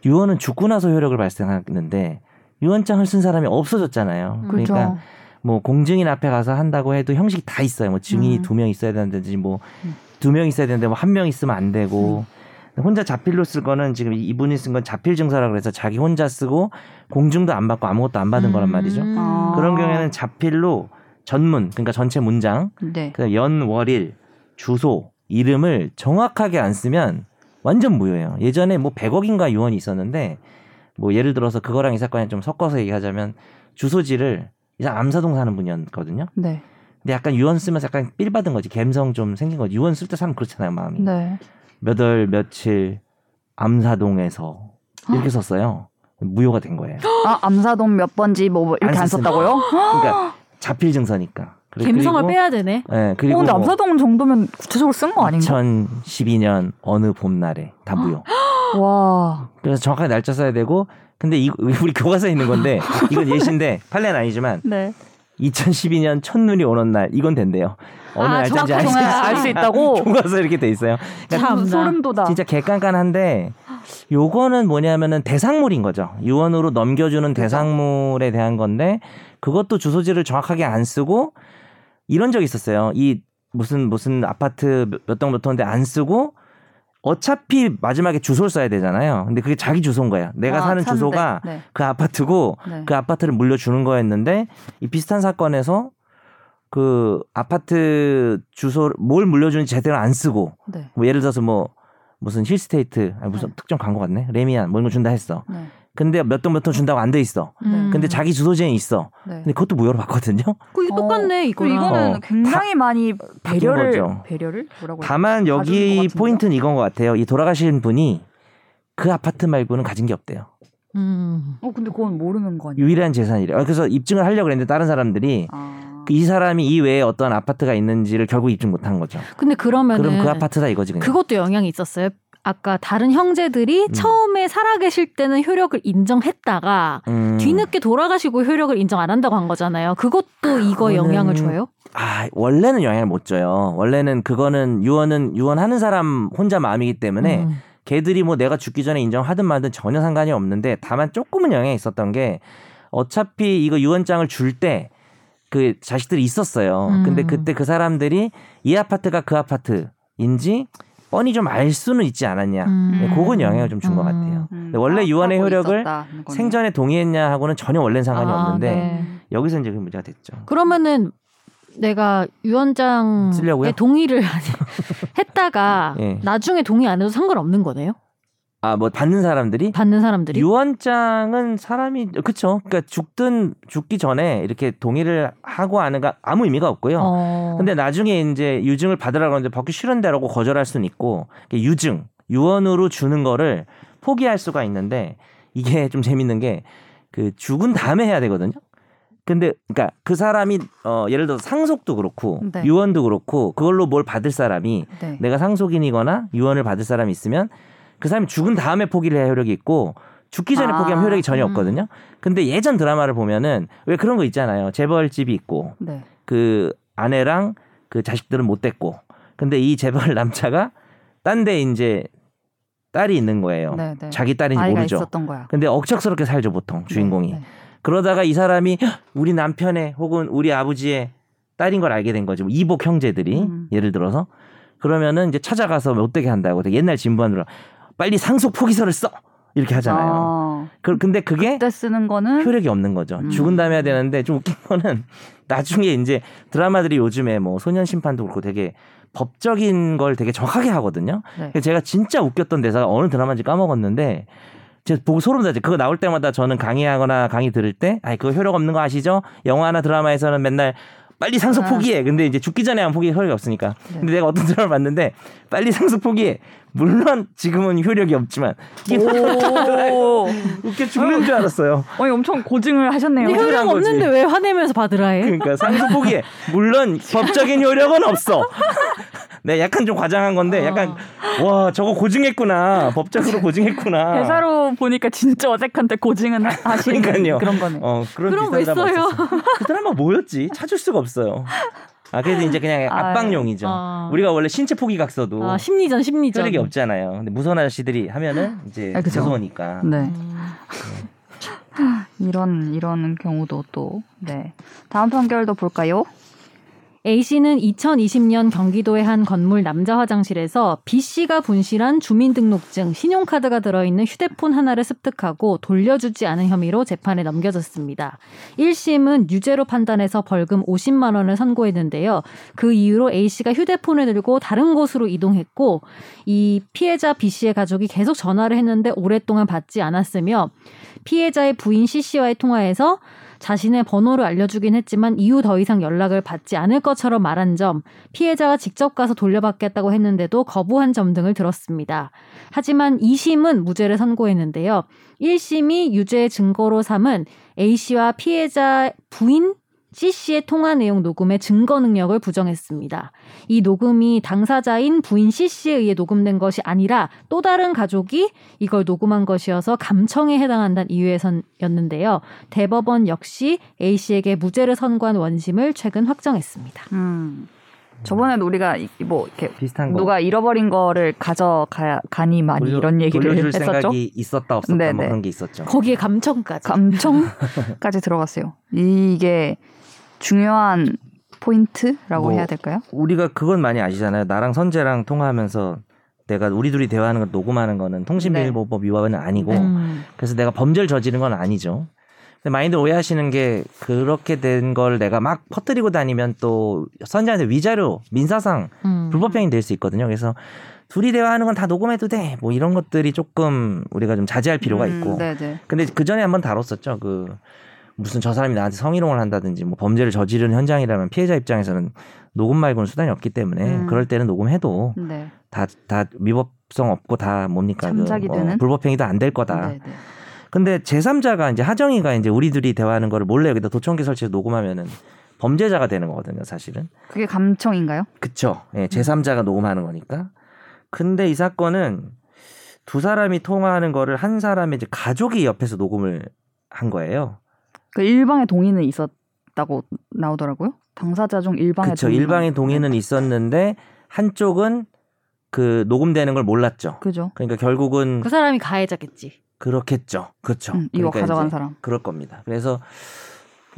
Speaker 3: 유언은 죽고 나서 효력을 발생하는데 유언장을 쓴 사람이 없어졌잖아요.
Speaker 2: 음.
Speaker 1: 그렇죠.
Speaker 3: 그러니까 뭐 공증인 앞에 가서 한다고 해도 형식이 다 있어요. 뭐 증인이
Speaker 1: 음.
Speaker 3: 두 명 있어야 된다든지 뭐
Speaker 1: 음.
Speaker 3: 두 명 있어야 되는데 뭐 한 명 있으면 안 되고 혼자 자필로 쓸 거는 지금 이- 이분이 쓴 건 자필 증서라 그래서 자기 혼자 쓰고 공증도 안 받고 아무것도 안 받은 거란 말이죠.
Speaker 2: 음.
Speaker 1: 아.
Speaker 3: 그런 경우에는 자필로 전문 그러니까 전체 문장
Speaker 1: 네.
Speaker 3: 그다음 연월일 주소 이름을 정확하게 안 쓰면 완전 무효예요. 예전에 뭐 100억인가 유언이 있었는데 뭐 예를 들어서 그거랑 이 사건에 좀 섞어서 얘기하자면 주소지를 이상 암사동 사는 분이었거든요.
Speaker 1: 네,
Speaker 3: 근데 약간 유언 쓰면서 약간 삘 받은 거지 감성 좀 생긴 거지. 유언 쓸 때 사람 그렇잖아요 마음이.
Speaker 1: 네.
Speaker 3: 몇 월 며칠 암사동에서 이렇게 썼어요. 무효가 된 거예요.
Speaker 1: 아, 암사동 몇 번지 뭐 이렇게
Speaker 3: 안
Speaker 1: 안
Speaker 3: 썼습니다.
Speaker 1: 썼다고요?
Speaker 3: 그러니까 자필 증서니까. 그리-
Speaker 2: 감성을
Speaker 3: 그리고-
Speaker 2: 빼야 되네.
Speaker 3: 예,
Speaker 1: 어,
Speaker 3: 그리고
Speaker 1: 근데
Speaker 3: 뭐-
Speaker 1: 암사동 정도면 구체적으로 쓴
Speaker 2: 뭐
Speaker 1: 거 아닌가?
Speaker 3: 2012년 어느 봄날에 다 무효.
Speaker 1: 와,
Speaker 3: 그래서 정확하게 날짜 써야 되고 근데 이 우리 교과서에 있는 건데 이건 예시인데 판례는 아니지만
Speaker 1: 네.
Speaker 3: 2012년 첫눈이 오는 날 이건 된대요. 어느
Speaker 2: 아,
Speaker 3: 날짜인지
Speaker 2: 정확한
Speaker 3: 알 수
Speaker 1: 정말
Speaker 3: 있어요.
Speaker 1: 알 수 있다고.
Speaker 3: 교과서 이렇게 돼 있어요. 그러니까
Speaker 2: 참나.
Speaker 1: 소름 돋아.
Speaker 3: 진짜 개깐깐한데 요거는 뭐냐면은 대상물인 거죠. 유언으로 넘겨주는
Speaker 1: 그렇죠.
Speaker 3: 대상물에 대한 건데 그것도 주소지를 정확하게 안 쓰고 이런 적이 있었어요. 이 무슨 무슨 아파트 몇 동 몇 호인데 안 쓰고 어차피 마지막에 주소를 써야 되잖아요. 근데 그게 자기 주소인 거예요. 내가
Speaker 1: 아,
Speaker 3: 사는
Speaker 1: 참네.
Speaker 3: 주소가
Speaker 1: 네.
Speaker 3: 그 아파트고
Speaker 1: 네.
Speaker 3: 그 아파트를 물려주는 거였는데 이 비슷한 사건에서 그 아파트 주소 뭘 물려주는지 제대로 안 쓰고
Speaker 1: 네.
Speaker 3: 뭐 예를 들어서 뭐 무슨 힐스테이트 아니 무슨 특정 광고 같네 레미안 뭐 이런 거 준다 했어
Speaker 1: 네.
Speaker 3: 근데 몇 동 몇 동 준다고 안 돼 있어
Speaker 1: 음.
Speaker 3: 네. 근데 자기 주소지에 있어
Speaker 1: 네.
Speaker 3: 근데 그것도 무효로 봤거든요
Speaker 2: 그게
Speaker 1: 어,
Speaker 2: 똑같네
Speaker 1: 그
Speaker 2: 이거랑.
Speaker 1: 이거는
Speaker 3: 어,
Speaker 1: 굉장히 많이 배려를
Speaker 3: 거죠.
Speaker 1: 배려를 뭐라고 해야
Speaker 3: 다만
Speaker 1: 봐주는 것
Speaker 3: 여기
Speaker 1: 같은데요?
Speaker 3: 포인트는 이건 것 같아요 이 돌아가신 분이 그 아파트 말고는 가진 게 없대요
Speaker 2: 음.
Speaker 1: 어 근데 그건 모르는 거 아니야?
Speaker 3: 유일한 재산이래요 어, 그래서 입증을 하려고 그랬는데 다른 사람들이
Speaker 1: 아.
Speaker 3: 이 사람이 이 외에 어떤 아파트가 있는지를 결국 입증 못한 거죠
Speaker 2: 근데 그러면은
Speaker 3: 그럼
Speaker 1: 네.
Speaker 3: 그 아파트다 이거지 그냥
Speaker 2: 것도 영향이 있었어요. 아까 다른 형제들이
Speaker 3: 음.
Speaker 2: 처음에 살아계실 때는 효력을 인정했다가
Speaker 3: 음.
Speaker 2: 뒤늦게 돌아가시고 효력을 인정 안 한다고 한 거잖아요. 그것도 이거
Speaker 3: 그거는-
Speaker 2: 영향을 줘요?
Speaker 3: 아 원래는 영향을 못 줘요 원래는 그거는 유언은 유언하는 사람 혼자 마음이기 때문에
Speaker 2: 음.
Speaker 3: 걔들이 뭐 내가 죽기 전에 인정하든 말든 전혀 상관이 없는데 다만 조금은 영향이 있었던 게 어차피 이거 유언장을 줄 때 그 자식들이 있었어요.
Speaker 2: 음.
Speaker 3: 근데 그때 그 사람들이 이 아파트가 그 아파트인지 뻔히 좀 알 수는 있지 않았냐.
Speaker 2: 음.
Speaker 3: 네, 그건 영향을 좀 준 것
Speaker 2: 음.
Speaker 3: 같아요.
Speaker 1: 음,
Speaker 3: 원래 유언의
Speaker 1: 파악하고
Speaker 3: 효력을
Speaker 1: 있었다, 이거는.
Speaker 3: 생전에 동의했냐 하고는 전혀 원래는 상관이
Speaker 2: 아,
Speaker 3: 없는데 그
Speaker 2: 네.
Speaker 1: 음.
Speaker 3: 여기서 이제 그게 문제가 됐죠.
Speaker 2: 그러면은 내가 유원장의
Speaker 3: 쓰려고요?
Speaker 2: 동의를 안 했다가
Speaker 3: 예.
Speaker 2: 나중에 동의 안 해도 상관없는 거네요.
Speaker 3: 아 뭐 받는 사람들이
Speaker 2: 받는 사람들이.
Speaker 3: 유언장은 사람이 그쵸 그러니까 죽든 죽기 전에 이렇게 동의를 하고 하는가 아무 의미가 없고요.
Speaker 2: 어.
Speaker 3: 근데 나중에 이제 유증을 받으라고 하는데 받기 싫은데라고 거절할 수는 있고 이게 유증 유언으로 주는 거를 포기할 수가 있는데 이게 좀 재밌는 게 그 죽은 다음에 해야 되거든요. 근데 그러니까 그 사람이 어 예를 들어 서 상속도 그렇고
Speaker 1: 네.
Speaker 3: 유언도 그렇고 그걸로 뭘 받을 사람이
Speaker 1: 네.
Speaker 3: 내가 상속인이거나 유언을 받을 사람이 있으면 그 사람이 죽은 다음에 포기를 해야 효력이 있고 죽기 전에
Speaker 1: 아,
Speaker 3: 포기하면 효력이 전혀
Speaker 2: 음.
Speaker 3: 없거든요. 근데 예전 드라마를 보면은 왜 그런 거 있잖아요. 재벌집이 있고
Speaker 1: 네.
Speaker 3: 그 아내랑 그 자식들은 못 됐고 근데 이 재벌 남자가 딴 데 이제 딸이 있는 거예요.
Speaker 1: 네, 네.
Speaker 3: 어, 자기 딸인지
Speaker 1: 아이가
Speaker 3: 모르죠.
Speaker 1: 있었던 거야.
Speaker 3: 근데 억척스럽게 살죠 보통 주인공이.
Speaker 1: 네, 네.
Speaker 3: 그러다가 이 사람이 "헉, 우리 남편의 혹은 우리 아버지의 딸인 걸 알게 된 거지. 뭐 이복 형제들이
Speaker 1: 음.
Speaker 3: 예를 들어서 그러면은 이제 찾아가서 못되게 한다고 되게 옛날 진부한으로 빨리 상속 포기서를 써 이렇게 하잖아요.
Speaker 1: 아,
Speaker 3: 그, 근데 그게
Speaker 1: 그때 쓰는 거는
Speaker 3: 효력이 없는 거죠.
Speaker 1: 음.
Speaker 3: 죽은 다음에 해야 되는데 좀 웃긴 거는 나중에 이제 드라마들이 요즘에 뭐 소년 심판도 그렇고 되게 법적인 걸 되게 정확하게 하거든요.
Speaker 1: 네.
Speaker 3: 그래서 제가 진짜 웃겼던 대사가 어느 드라마인지 까먹었는데 제가 보고 소름 돋았죠. 그거 나올 때마다 저는 강의하거나 강의 들을 때 아이 그거 효력 없는 거 아시죠? 영화나 드라마에서는 맨날 빨리 상속
Speaker 1: 아.
Speaker 3: 포기해. 근데 이제 죽기 전에 안 포기 효력이 없으니까.
Speaker 1: 네.
Speaker 3: 근데 내가 어떤 드라마를 봤는데 빨리 상속 포기해. 물론 지금은 효력이 없지만 이게
Speaker 1: 오,
Speaker 3: 웃겨 죽는 줄 알았어요.
Speaker 1: 아니, 엄청 고증을 하셨네요.
Speaker 2: 근데
Speaker 3: 네.
Speaker 2: 효력
Speaker 3: 확실한 거지.
Speaker 2: 없는데 왜 화내면서 받으라 해?
Speaker 3: 그러니까 상속 포기해. 물론 법적인 효력은 없어. 네, 약간 좀 과장한
Speaker 1: 아.
Speaker 3: 건데 약간 와 저거 고증했구나. 법적으로 고증했구나.
Speaker 1: 대사로 보니까 진짜 어색한데 고증은 하시는
Speaker 3: 그러니까요.
Speaker 1: 그런 거네.
Speaker 3: 어 그런
Speaker 2: 그럼
Speaker 3: 비슷한
Speaker 2: 왜
Speaker 3: 드라마
Speaker 2: 써요?
Speaker 3: 있었어요. 그 드라마 뭐였지? 찾을 수가 없어요. 아 그래도 이제 그냥
Speaker 1: 아,
Speaker 3: 압박용이죠.
Speaker 2: 아.
Speaker 3: 우리가 원래 신체 포기각서도
Speaker 2: 아, 심리전 심리전.
Speaker 3: 효력이 없잖아요. 근데 무서운 아저씨들이 하면은 이제
Speaker 1: 아, 그죠.
Speaker 3: 무서우니까.
Speaker 1: 네.
Speaker 2: 음.
Speaker 1: 이런 이런 경우도 또 네. 다음 판결도 볼까요?
Speaker 2: A 씨는 2020년 경기도의 한 건물 남자 화장실에서 B 씨가 분실한 주민등록증, 신용카드가 들어있는 휴대폰 하나를 습득하고 돌려주지 않은 혐의로 재판에 넘겨졌습니다. 1심은 유죄로 판단해서 벌금 50만 원을 선고했는데요. 그 이후로 A 씨가 휴대폰을 들고 다른 곳으로 이동했고 이 피해자 B 씨의 가족이 계속 전화를 했는데 오랫동안 받지 않았으며 피해자의 부인 C 씨와의 통화에서 자신의 번호를 알려주긴 했지만 이후 더 이상 연락을 받지 않을 것처럼 말한 점, 피해자가 직접 가서 돌려받겠다고 했는데도 거부한 점 등을 들었습니다. 하지만 2심은 무죄를 선고했는데요. 1심이 유죄 증거로 삼은 A씨와 피해자 부인 C씨의 통화 내용 녹음의 증거 능력을 부정했습니다. 이 녹음이 당사자인 부인 C씨에 의해 녹음된 것이 아니라 또 다른 가족이 이걸 녹음한 것이어서 감청에 해당한다는 이유에선였는데요. 대법원 역시 A씨에게 무죄를 선고한 원심을 최근 확정했습니다.
Speaker 1: 음. 저번에도 우리가 이- 뭐 이렇게
Speaker 3: 비슷한 거.
Speaker 1: 누가 잃어버린 거를 가져가니 많이
Speaker 3: 돌려-
Speaker 1: 이런 얘기를
Speaker 3: 돌려줄
Speaker 1: 했었죠.
Speaker 3: 생각이 있었다 없었다
Speaker 1: 네,
Speaker 3: 뭐
Speaker 1: 네.
Speaker 3: 그런 게 있었죠.
Speaker 2: 거기에 감청까지.
Speaker 1: 감청까지 들어갔어요. 이게 중요한 포인트라고
Speaker 3: 뭐,
Speaker 1: 해야 될까요?
Speaker 3: 우리가 그건 많이 아시잖아요. 나랑 선재랑 통화하면서 내가 우리 둘이 대화하는 걸 녹음하는 거는 통신비밀보호법 위반은 아니고
Speaker 1: 네.
Speaker 2: 음.
Speaker 3: 그래서 내가 범죄를 저지른 건 아니죠. 근데 많이들 오해하시는 게 그렇게 된 걸 내가 막 퍼뜨리고 다니면 또 선재한테 위자료 민사상
Speaker 2: 음.
Speaker 3: 불법행위 될 수 있거든요. 그래서 둘이 대화하는 건 다 녹음해도 돼. 뭐 이런 것들이 조금 우리가 좀 자제할 필요가 있고.
Speaker 1: 음, 네네.
Speaker 3: 근데 그 전에 한번 다뤘었죠. 그 무슨 저 사람이 나한테 성희롱을 한다든지 뭐 범죄를 저지른 현장이라면 피해자 입장에서는 녹음 말고는 수단이 없기 때문에
Speaker 1: 음.
Speaker 3: 그럴 때는 녹음해도
Speaker 1: 네.
Speaker 3: 다 다 위법성 없고 다 뭡니까 그
Speaker 1: 참작이 되는?
Speaker 3: 불법행위도 안 될 거다.
Speaker 1: 네네.
Speaker 3: 근데 제3자가 이제 하정이가 이제 우리 둘이 대화하는 거를 몰래 여기다 도청기 설치해서 녹음하면은 범죄자가 되는 거거든요, 사실은.
Speaker 1: 그게 감청인가요?
Speaker 3: 그쵸. 예, 제3자가 녹음하는 거니까. 근데 이 사건은 두 사람이 통화하는 거를 한 사람의 이제 가족이 옆에서 녹음을 한 거예요.
Speaker 1: 그 일방의 동의는 있었다고 나오더라고요. 당사자 중 일방의
Speaker 3: 그쵸.
Speaker 1: 동의만.
Speaker 3: 일방의 동의는
Speaker 1: 네.
Speaker 3: 있었는데 한쪽은 그 녹음되는 걸 몰랐죠.
Speaker 1: 그죠.
Speaker 3: 그러니까 결국은
Speaker 2: 그 사람이 가해자겠지.
Speaker 3: 그렇겠죠. 그렇죠.
Speaker 1: 음, 이거
Speaker 3: 그러니까
Speaker 1: 가져간
Speaker 3: 이제
Speaker 1: 사람.
Speaker 3: 그럴 겁니다. 그래서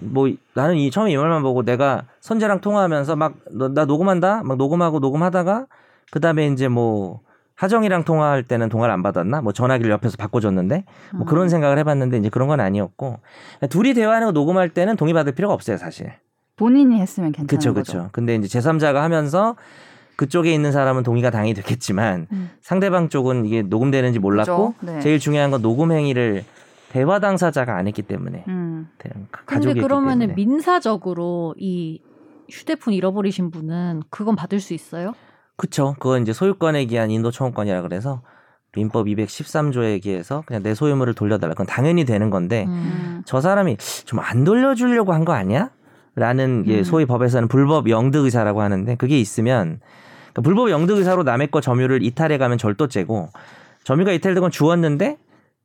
Speaker 3: 뭐 이- 나는 이 처음에 이 말만 보고 내가 선재랑 통화하면서 막 나 녹음한다 막 녹음하고 녹음하다가 그다음에 이제 뭐 하정이랑 통화할 때는 통화를 안 받았나 뭐 전화기를 옆에서 바꿔줬는데
Speaker 1: 음.
Speaker 3: 뭐 그런 그러니까 생각을 해봤는데 이제 그런 건 아니었고 둘이 대화하는 거 녹음할 때는 동의받을 필요가 없어요 사실
Speaker 1: 본인이 했으면 괜찮은
Speaker 3: 그쵸
Speaker 1: 거죠.
Speaker 3: 그쵸. 근데 이제 제3자가 하면서 그쪽에 있는 사람은 동의가 당연히 됐겠지만
Speaker 2: 음.
Speaker 3: 상대방 쪽은 이게 녹음되는지 몰랐고
Speaker 1: 그죠? 네.
Speaker 3: 제일 중요한 건 녹음 행위를 대화 당사자가 안 했기 때문에
Speaker 1: 음.
Speaker 3: 그냥 가-
Speaker 2: 근데
Speaker 3: 가족이기
Speaker 2: 그러면은
Speaker 3: 때문에
Speaker 2: 민사적으로 이 휴대폰 잃어버리신 분은 그건 받을 수 있어요?
Speaker 3: 그쵸. 그건 이제 소유권에 기한 인도 청구권이라 그래서 민법 213조에 기해서 그냥 내 소유물을 돌려달라. 그건 당연히 되는 건데
Speaker 2: 음.
Speaker 3: 저 사람이 좀 안 돌려주려고 한 거 아니야? 라는 게
Speaker 2: 음.
Speaker 3: 소위 법에서는 불법 영득 의사라고 하는데 그게 있으면 그러니까 불법 영득 의사로 남의 거 점유를 이탈해 가면 절도죄고 점유가 이탈된 건 주었는데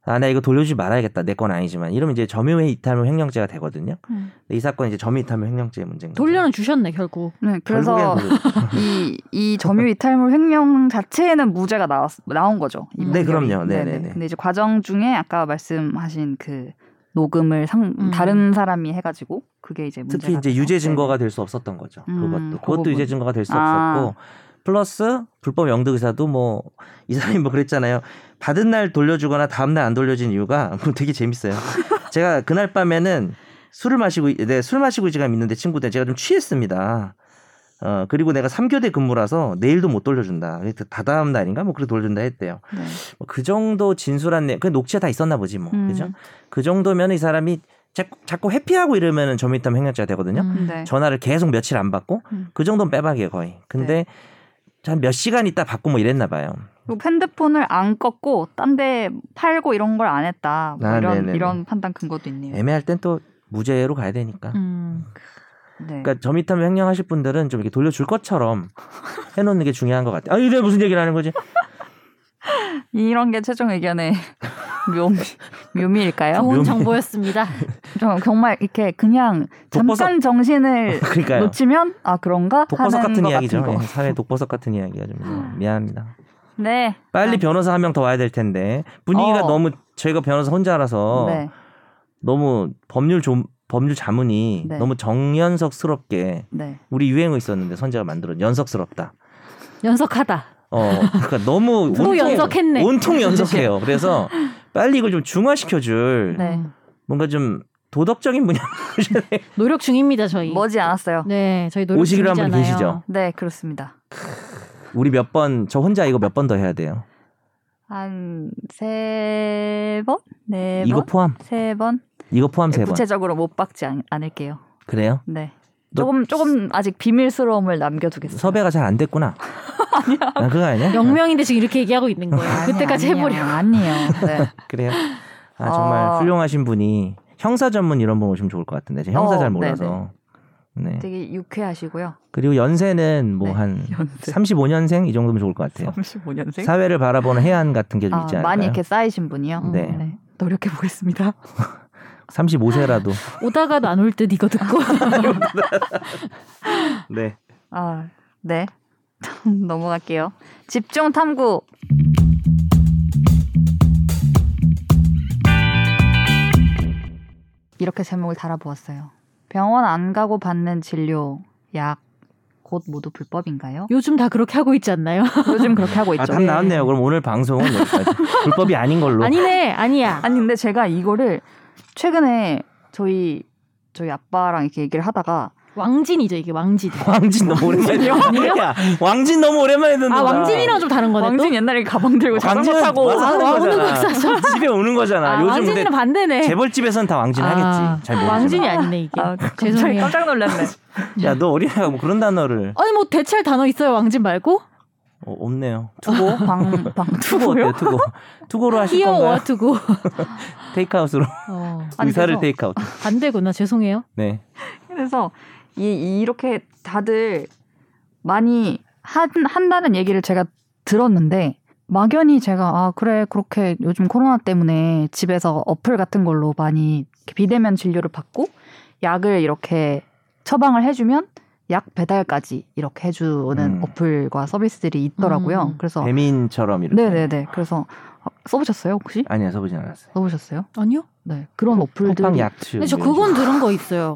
Speaker 3: 아 나 이거 돌려주지 말아야겠다 내 건 아니지만 이러면 이제 점유의 이탈물 횡령죄가 되거든요.
Speaker 2: 음.
Speaker 3: 근데 이 사건 이제 점유 이탈물 횡령죄 문제인 거죠.
Speaker 2: 돌려는 주셨네 결국.
Speaker 1: 네, 그래서
Speaker 3: 결국엔 뭐. 돌려주-
Speaker 1: 이, 이 점유 이탈물 횡령 자체에는 무죄가 나왔, 나온 거죠. 이
Speaker 2: 네,
Speaker 1: 판결이.
Speaker 3: 그럼요.
Speaker 1: 네네.
Speaker 3: 네네네.
Speaker 1: 근데 이제 과정 중에 아까 말씀하신 그 녹음을 상,
Speaker 2: 음.
Speaker 1: 다른 사람이 해가지고 그게 이제 문제가
Speaker 3: 특히 이제
Speaker 1: 돼서.
Speaker 3: 유죄
Speaker 1: 네.
Speaker 3: 증거가 될 수 없었던 거죠.
Speaker 1: 음,
Speaker 3: 그것도
Speaker 1: 그
Speaker 3: 그것도 유죄
Speaker 1: 부분.
Speaker 3: 증거가 될 수
Speaker 1: 아.
Speaker 3: 없었고 플러스 불법 영득 의사도 뭐 이사람이 뭐 그랬잖아요. 받은 날 돌려주거나 다음 날 안 돌려준 이유가 뭐 되게 재밌어요. 제가 그날 밤에는 술을 마시고 네, 술 마시고 지금 있는데 친구들 제가 좀 취했습니다. 어 그리고 내가 3교대 근무라서 내일도 못 돌려준다. 다다음 날인가 뭐 그래 돌려준다 했대요.
Speaker 1: 네.
Speaker 3: 뭐그 정도 진술한 내그 녹취가 다 있었나 보지 뭐
Speaker 1: 음.
Speaker 3: 그죠? 그 정도면 이 사람이 자꾸, 자꾸 회피하고 이러면은 점유탐 행령죄가 되거든요.
Speaker 2: 음.
Speaker 1: 네.
Speaker 3: 전화를 계속 며칠 안 받고
Speaker 1: 음. 네.
Speaker 3: 그 정도는 빼박이에요 거의. 근데 한 몇 시간 있다 받고 뭐 이랬나 봐요.
Speaker 1: 그리고 핸드폰을 안 껐고 딴 데 팔고 이런 걸 안 했다. 뭐
Speaker 3: 아,
Speaker 1: 이런
Speaker 3: 네네네.
Speaker 1: 이런 판단 근거도 있네요.
Speaker 3: 애매할 땐 또 무죄로 가야 되니까.
Speaker 2: 음.
Speaker 1: 네.
Speaker 3: 그러니까 점이탐 횡령하실 분들은 좀 이렇게 돌려줄 것처럼 해놓는 게 중요한 것 같아요. 아 이게 무슨 얘기를 하는 거지?
Speaker 1: 이런 게 최종 의견의 묘미, 묘미일까요?
Speaker 2: 좋은 정보였습니다.
Speaker 1: 저 정말 이렇게 그냥
Speaker 3: 독버섯.
Speaker 1: 잠깐 정신을
Speaker 3: 그러니까요.
Speaker 1: 놓치면 아 그런가
Speaker 3: 독버섯
Speaker 1: 하는
Speaker 3: 같은
Speaker 1: 것
Speaker 3: 이야기죠.
Speaker 1: 같은 거.
Speaker 3: 예, 사회 독버섯 같은 이야기가 좀 예, 미안합니다.
Speaker 1: 네.
Speaker 3: 빨리 변호사 한 명 더 와야 될 텐데 분위기가
Speaker 1: 어.
Speaker 3: 너무 저희가 변호사 혼자라서
Speaker 1: 네.
Speaker 3: 너무 법률 좀 법률 자문이
Speaker 1: 네.
Speaker 3: 너무 정연석스럽게
Speaker 1: 네.
Speaker 3: 우리 유행어 있었는데 선재가 만들어 연석스럽다.
Speaker 2: 연속하다.
Speaker 3: 어, 그러니까 너무
Speaker 2: 또 연속했네.
Speaker 3: 온통 연속해요. 그래서 빨리 이걸 좀 중화시켜줄
Speaker 1: 네.
Speaker 2: 음.
Speaker 3: 뭔가 좀 도덕적인 분야
Speaker 2: 노력 중입니다 저희.
Speaker 1: 머지 않았어요.
Speaker 2: 네, 저희 노력
Speaker 3: 뭐 오시기로 한분
Speaker 2: 중이잖아요.
Speaker 3: 계시죠?
Speaker 1: 네, 그렇습니다.
Speaker 3: 우리 몇 번 저 혼자 이거 몇 번 더 해야 돼요.
Speaker 1: 한 세 번? 네
Speaker 3: 이거
Speaker 1: 번?
Speaker 3: 포함,
Speaker 1: 세 번?
Speaker 3: 이거 포함 세 번.
Speaker 1: 구체적으로 못 박지 않, 않을게요.
Speaker 3: 그래요?
Speaker 1: 네.
Speaker 3: 너-
Speaker 1: 조금 조금 아직 비밀스러움을 남겨두겠습니다.
Speaker 3: 섭외가 잘 안 됐구나. 아니야. 그거 아니야?
Speaker 2: 영명인데 지금 이렇게 얘기하고 있는 거예요.
Speaker 1: 아니,
Speaker 2: 그때까지
Speaker 1: 아니에요.
Speaker 2: 해보려.
Speaker 1: 아니에요. 네.
Speaker 3: 그래요. 아 정말
Speaker 1: 어.
Speaker 3: 훌륭하신 분이 형사 전문 이런 분 오시면 좋을 것 같은데 제가 형사
Speaker 1: 어,
Speaker 3: 잘 몰라서. 네.
Speaker 1: 되게 유쾌하시고요.
Speaker 3: 그리고 연세는 뭐
Speaker 1: 네,
Speaker 3: 한
Speaker 1: 연세.
Speaker 3: 35년생 이 정도면 좋을 것 같아요.
Speaker 1: 35년생?
Speaker 3: 사회를 바라보는 해안 같은 게 좀 있지
Speaker 1: 아,
Speaker 3: 않을까요?
Speaker 1: 많이 이렇게 쌓이신 분이요.
Speaker 3: 네.
Speaker 2: 음.
Speaker 1: 노력해 보겠습니다.
Speaker 3: 35세라도.
Speaker 2: 오다가도 안 올 듯 이거 듣고.
Speaker 3: 네.
Speaker 1: 아, 네. 넘어갈게요. 집중 탐구. 이렇게 제목을 달아보았어요. 병원 안 가고 받는 진료, 약, 곧 모두 불법인가요?
Speaker 2: 요즘 다 그렇게 하고 있지 않나요?
Speaker 1: 요즘 그렇게 하고 있죠.
Speaker 3: 아, 답
Speaker 1: 네.
Speaker 3: 나왔네요. 그럼 오늘 방송은 여기까지. 불법이 아닌 걸로.
Speaker 2: 아니네, 아니야.
Speaker 1: 예. 아니 근데 제가 이거를 최근에 저희 저희 아빠랑 이렇게 얘기를 하다가
Speaker 2: 왕진이죠 이게 아, 왕진.
Speaker 3: 왕진 너무 오랜만에.
Speaker 2: 아니에요?
Speaker 3: 야, 왕진 너무 오랜만에 듣는다.
Speaker 2: 아 왕진이랑 좀 다른 거네 또.
Speaker 1: 왕진 옛날에 가방 들고 자전거
Speaker 3: 왕진은
Speaker 1: 타고
Speaker 3: 와서 하는
Speaker 2: 아, 오는
Speaker 3: 거잖아. 집에 오는 거잖아.
Speaker 2: 아,
Speaker 3: 요즘 근데
Speaker 2: 왕진이랑 반대네.
Speaker 3: 재벌집에선 다 왕진
Speaker 2: 아,
Speaker 3: 하겠지. 잘 모르지만.
Speaker 2: 왕진이 아니네 이게.
Speaker 1: 아, 갑자기
Speaker 2: 죄송해요.
Speaker 1: 깜짝 놀랐네.
Speaker 3: 야, 너 어린애가 뭐 그런 단어를.
Speaker 2: 아니 뭐 대체할 단어 있어요 왕진 말고?
Speaker 3: 어, 없네요.
Speaker 1: 투고 방
Speaker 3: 투고
Speaker 1: 방투고요? 아,
Speaker 3: 어때요? 투고. 투고로 하실
Speaker 2: 히어
Speaker 3: 건가요?
Speaker 2: 워트고.
Speaker 3: 테이크아웃으로.
Speaker 2: 어,
Speaker 1: 아니,
Speaker 3: 의사를
Speaker 1: 그래서-
Speaker 3: 테이크아웃.
Speaker 2: 반대구나 죄송해요.
Speaker 3: 네.
Speaker 1: 그래서 이 이렇게 다들 많이 한 한다는 얘기를 제가 들었는데 막연히 제가 아 그래 그렇게 요즘 코로나 때문에 집에서 어플 같은 걸로 많이 이렇게 비대면 진료를 받고 약을 이렇게 처방을 해주면 약 배달까지 이렇게 해주는
Speaker 3: 음.
Speaker 1: 어플과 서비스들이 있더라고요.
Speaker 2: 음.
Speaker 1: 그래서
Speaker 3: 배민처럼 이렇게.
Speaker 1: 어. 네네네. 그래서 아, 써보셨어요 혹시?
Speaker 3: 아니야, 써보진 않았어요.
Speaker 1: 써보셨어요?
Speaker 2: 아니요.
Speaker 1: 네 그런
Speaker 3: 방
Speaker 1: 어플들이
Speaker 3: 약추.
Speaker 2: 근데 저 그건 들은 거 있어요.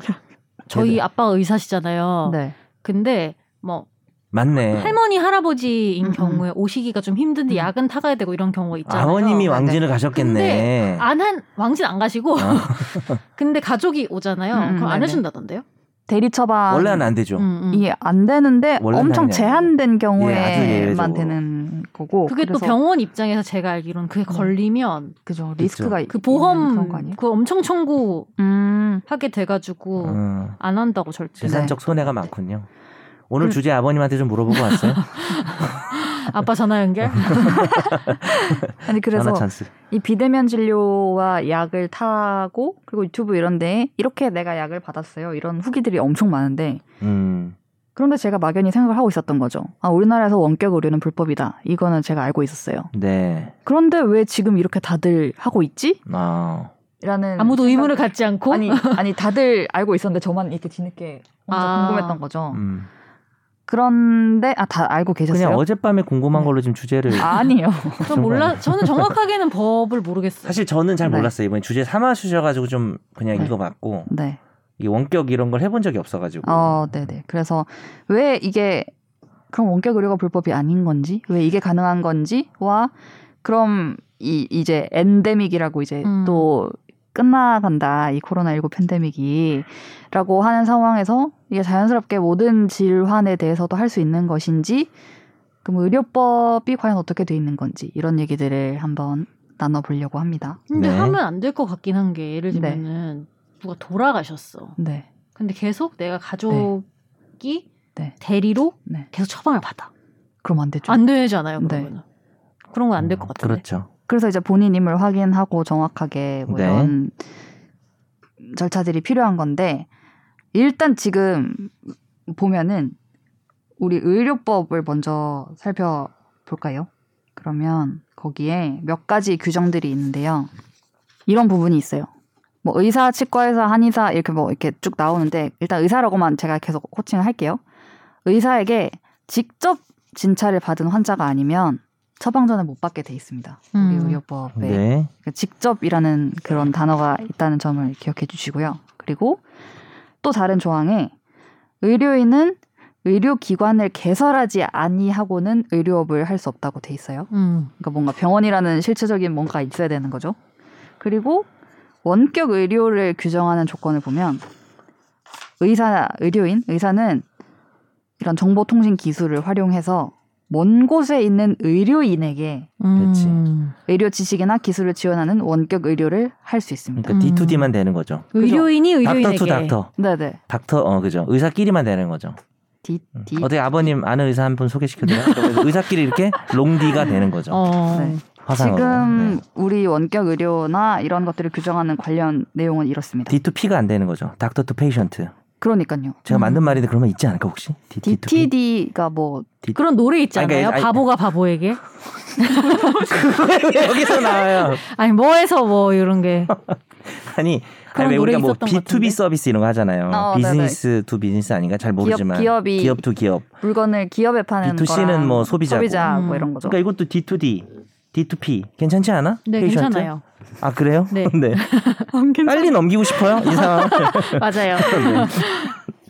Speaker 2: 저희
Speaker 3: 네네.
Speaker 2: 아빠 가 의사시잖아요.
Speaker 1: 네.
Speaker 2: 근데 뭐
Speaker 3: 맞네.
Speaker 2: 할머니 할아버지인
Speaker 1: 음, 음.
Speaker 2: 경우에 오시기가 좀 힘든데
Speaker 1: 음.
Speaker 2: 약은 타가야 되고 이런 경우가 있잖아요.
Speaker 3: 아버님이
Speaker 1: 네, 아,
Speaker 3: 왕진을 가셨겠네.
Speaker 2: 안한 왕진 안 가시고
Speaker 3: 아.
Speaker 2: 근데 가족이 오잖아요.
Speaker 1: 음, 음,
Speaker 2: 그럼 안
Speaker 1: 네네.
Speaker 2: 해준다던데요?
Speaker 1: 대리처방
Speaker 3: 원래는 안 되죠.
Speaker 2: 음, 음.
Speaker 1: 이안 되는데
Speaker 3: 원래는
Speaker 1: 엄청
Speaker 3: 아니에요.
Speaker 1: 제한된
Speaker 3: 아주
Speaker 1: 경우에만
Speaker 3: 예외적으로.
Speaker 1: 되는 거고
Speaker 2: 그게 또
Speaker 1: 그래서
Speaker 2: 병원 입장에서 제가 알기로는 그게 걸리면
Speaker 1: 그죠 리스크가 있는 음,
Speaker 2: 그
Speaker 1: 그런
Speaker 2: 보험
Speaker 1: 거 아니에요?
Speaker 2: 그 엄청 청구하게
Speaker 1: 음,
Speaker 2: 돼가지고
Speaker 1: 뭐.
Speaker 3: 음,
Speaker 2: 안 한다고 절대.
Speaker 3: 재산적 손해가 많군요.
Speaker 1: 네.
Speaker 3: 오늘
Speaker 1: 그-
Speaker 3: 주제 아버님한테 좀 물어보고 왔어요.
Speaker 2: 아빠 전화 연결.
Speaker 1: 아니 그래서
Speaker 3: 전화 찬스.
Speaker 1: 이 비대면 진료와 약을 타고 그리고 유튜브 이런데 이렇게 내가 약을 받았어요 이런 후기들이 엄청 많은데
Speaker 3: 음.
Speaker 1: 그런데 제가 막연히 생각을 하고 있었던 거죠. 아 우리나라에서 원격 의료는 불법이다. 이거는 제가 알고 있었어요.
Speaker 3: 네.
Speaker 1: 그런데 왜 지금 이렇게 다들 하고 있지?
Speaker 3: 아.
Speaker 1: 라는
Speaker 2: 아무도
Speaker 1: 네. 생각-
Speaker 2: 의무를 갖지 않고.
Speaker 1: 아니 아니 다들 알고 있었는데 저만 이렇게 뒤늦게 혼자
Speaker 2: 아.
Speaker 1: 궁금했던 거죠.
Speaker 3: 음.
Speaker 1: 그런데 아 다 알고 계셨어요? 네.
Speaker 3: 그냥 어젯밤에 궁금한 걸로 지금 주제를.
Speaker 1: 아니요.
Speaker 2: 전 몰라. 저는 정확하게는 법을 모르겠어요.
Speaker 3: 사실 저는 잘
Speaker 1: 네.
Speaker 3: 몰랐어요. 이번에 주제 삼아 주셔가지고 좀 그냥
Speaker 1: 네.
Speaker 3: 읽어봤고
Speaker 1: 네.
Speaker 3: 이 원격 이런 걸 해본 적이 없어가지고.
Speaker 1: 어, 네, 네. 그래서 왜 이게 그럼 원격 의료가 불법이 아닌 건지, 왜 이게 가능한 건지와 그럼 이 이제 엔데믹이라고 이제
Speaker 2: 음.
Speaker 1: 또 끝나간다 이 코로나19 팬데믹이라고 하는 상황에서 이게 자연스럽게 모든 질환에 대해서도 할 수 있는 것인지 그럼 의료법이 과연 어떻게 돼 있는 건지 이런 얘기들을 한번 나눠보려고 합니다.
Speaker 2: 근데
Speaker 3: 네.
Speaker 2: 하면 안 될 것 같긴 한 게 예를
Speaker 1: 네.
Speaker 2: 들면은 누가 돌아가셨어.
Speaker 1: 네,
Speaker 2: 근데 계속 내가 가족이
Speaker 1: 네.
Speaker 2: 대리로
Speaker 1: 네.
Speaker 2: 계속 처방을 받아.
Speaker 1: 그럼 안 되죠.
Speaker 2: 안 되잖아요.
Speaker 1: 네.
Speaker 2: 그러면 은 그런 건 안 될 것 같은데.
Speaker 3: 그렇죠.
Speaker 1: 그래서 이제 본인임을 확인하고 정확하게 뭐
Speaker 3: 네.
Speaker 1: 이런 절차들이 필요한 건데 일단 지금 보면은 우리 의료법을 먼저 살펴볼까요? 그러면 거기에 몇 가지 규정들이 있는데요. 이런 부분이 있어요. 뭐 의사, 치과의사, 한의사 이렇게 뭐 이렇게 쭉 나오는데 일단 의사라고만 제가 계속 코칭을 할게요. 의사에게 직접 진찰을 받은 환자가 아니면 처방전을 못 받게 돼 있습니다. 우리
Speaker 2: 음.
Speaker 1: 의료법에
Speaker 3: 네.
Speaker 1: 그러니까 직접이라는 그런 단어가 있다는 점을 기억해 주시고요. 그리고 또 다른 조항에 의료인은 의료기관을 개설하지 아니하고는 의료업을 할 수 없다고 돼 있어요.
Speaker 2: 음.
Speaker 1: 그러니까 뭔가 병원이라는 실체적인 뭔가 있어야 되는 거죠. 그리고 원격 의료를 규정하는 조건을 보면 의사, 의료인, 의사는 이런 정보통신 기술을 활용해서 먼 곳에 있는 의료인에게
Speaker 3: 그렇지.
Speaker 2: 음.
Speaker 1: 의료 지식이나 기술을 지원하는 원격 의료를 할 수 있습니다.
Speaker 3: 그러니까
Speaker 2: 음. 그
Speaker 3: D2D만 되는 거죠.
Speaker 2: 의료인이 의료인에게.
Speaker 3: 닥터 투 닥터.
Speaker 1: 네네.
Speaker 3: 닥터 어 그죠. 의사끼리만 되는 거죠.
Speaker 1: D D
Speaker 3: 음. 어떻게 아버님 아는 의사 한 분 소개시켜드려요? 그러면서 의사끼리 이렇게 롱디가 되는 거죠.
Speaker 2: 어.
Speaker 1: 네.
Speaker 3: 화상으로.
Speaker 1: 지금
Speaker 3: 네.
Speaker 1: 우리 원격 의료나 이런 것들을 규정하는 관련 내용은 이렇습니다.
Speaker 3: 네. D2P가 안 되는 거죠. 닥터 투 페이션트.
Speaker 1: 그러니까요.
Speaker 3: 제가
Speaker 2: 음.
Speaker 3: 만든 말인데 그러면 있지 않을까 혹시? D2P?
Speaker 1: DTD가 뭐
Speaker 2: 그런 노래 있잖아요.
Speaker 3: 아니, 그러니까 이- 아니-
Speaker 2: 바보가 바보에게.
Speaker 3: 왜 여기서 나와요?
Speaker 2: 아니 뭐해서 뭐 이런 게.
Speaker 3: 아니,
Speaker 2: 그런
Speaker 3: 아니 왜
Speaker 2: 노래
Speaker 3: 우리가 뭐
Speaker 2: 있었던
Speaker 3: B2B
Speaker 2: 것 같은데? 네,
Speaker 3: 서비스 이런 거 하잖아요.
Speaker 1: 어,
Speaker 3: 비즈니스 투 비즈니스 아닌가 잘 모르지만
Speaker 1: 기업이-
Speaker 3: 기업 투 기업.
Speaker 1: 물건을 기업에 파는
Speaker 3: D2C 는
Speaker 1: 거랑
Speaker 3: 뭐 소비자고.
Speaker 1: 소비자 뭐
Speaker 2: 음.
Speaker 1: 이런 거죠.
Speaker 3: 그러니까 이것도 D2D, D2P 괜찮지 않아?
Speaker 2: 네
Speaker 3: 페이션트?
Speaker 2: 괜찮아요.
Speaker 3: 아 그래요?
Speaker 2: 네.
Speaker 3: 네. 빨리 넘기고 싶어요 이 상황.
Speaker 2: 맞아요.
Speaker 3: 네.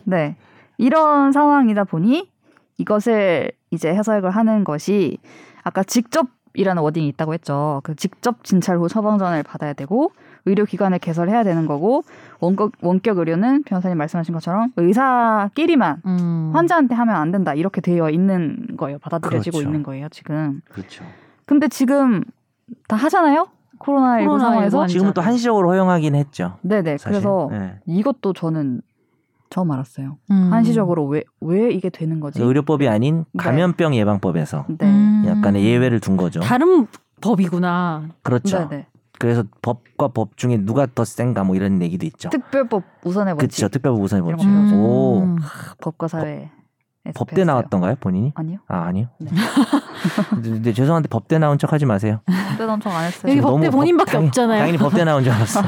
Speaker 1: 네. 이런 상황이다 보니 이것을 이제 해석을 하는 것이 아까 직접이라는 워딩이 있다고 했죠. 그 직접 진찰 후 처방전을 받아야 되고 의료기관을 개설해야 되는 거고 원격, 원격 의료는 변호사님 말씀하신 것처럼 의사끼리만
Speaker 2: 음.
Speaker 1: 환자한테 하면 안 된다 이렇게 되어 있는 거예요. 받아들여지고
Speaker 3: 그렇죠.
Speaker 1: 있는 거예요 지금.
Speaker 3: 그렇죠.
Speaker 1: 근데 지금 다 하잖아요. 코로나 19
Speaker 2: 코로나19
Speaker 1: 상황에서.
Speaker 2: 환자.
Speaker 3: 지금은 또 한시적으로 허용하긴 했죠.
Speaker 1: 네네.
Speaker 3: 사실.
Speaker 1: 그래서
Speaker 3: 네.
Speaker 1: 이것도 저는 처음 알았어요.
Speaker 2: 음.
Speaker 1: 한시적으로 왜 왜 이게 되는 거지?
Speaker 3: 그래서 의료법이 아닌
Speaker 1: 네.
Speaker 3: 감염병 예방법에서
Speaker 1: 네.
Speaker 2: 음.
Speaker 3: 약간의 예외를 둔 거죠.
Speaker 2: 다른 법이구나.
Speaker 3: 그렇죠.
Speaker 1: 네네.
Speaker 3: 그래서 법과 법 중에 누가 더 센가 뭐 이런 얘기도 있죠.
Speaker 1: 특별법 우선의
Speaker 3: 그렇죠.
Speaker 1: 원칙.
Speaker 3: 특별법 우선이
Speaker 1: 이런
Speaker 3: 뭐죠?
Speaker 1: 거
Speaker 2: 음.
Speaker 1: 음. 배우죠.
Speaker 3: 오,
Speaker 1: 법과 사회.
Speaker 3: 법대 나왔던가요 본인이?
Speaker 1: 아니요.
Speaker 3: 아 아니요.
Speaker 1: 네.
Speaker 3: 근데, 근데 죄송한데 법대 나온 척하지 마세요.
Speaker 1: 법대 엄청 안 했어요.
Speaker 2: 여기
Speaker 3: 지금
Speaker 2: 법대
Speaker 3: 너무
Speaker 2: 본인밖에
Speaker 3: 당연히-
Speaker 2: 없잖아요.
Speaker 3: 당연히 법대 나온 줄 알았어.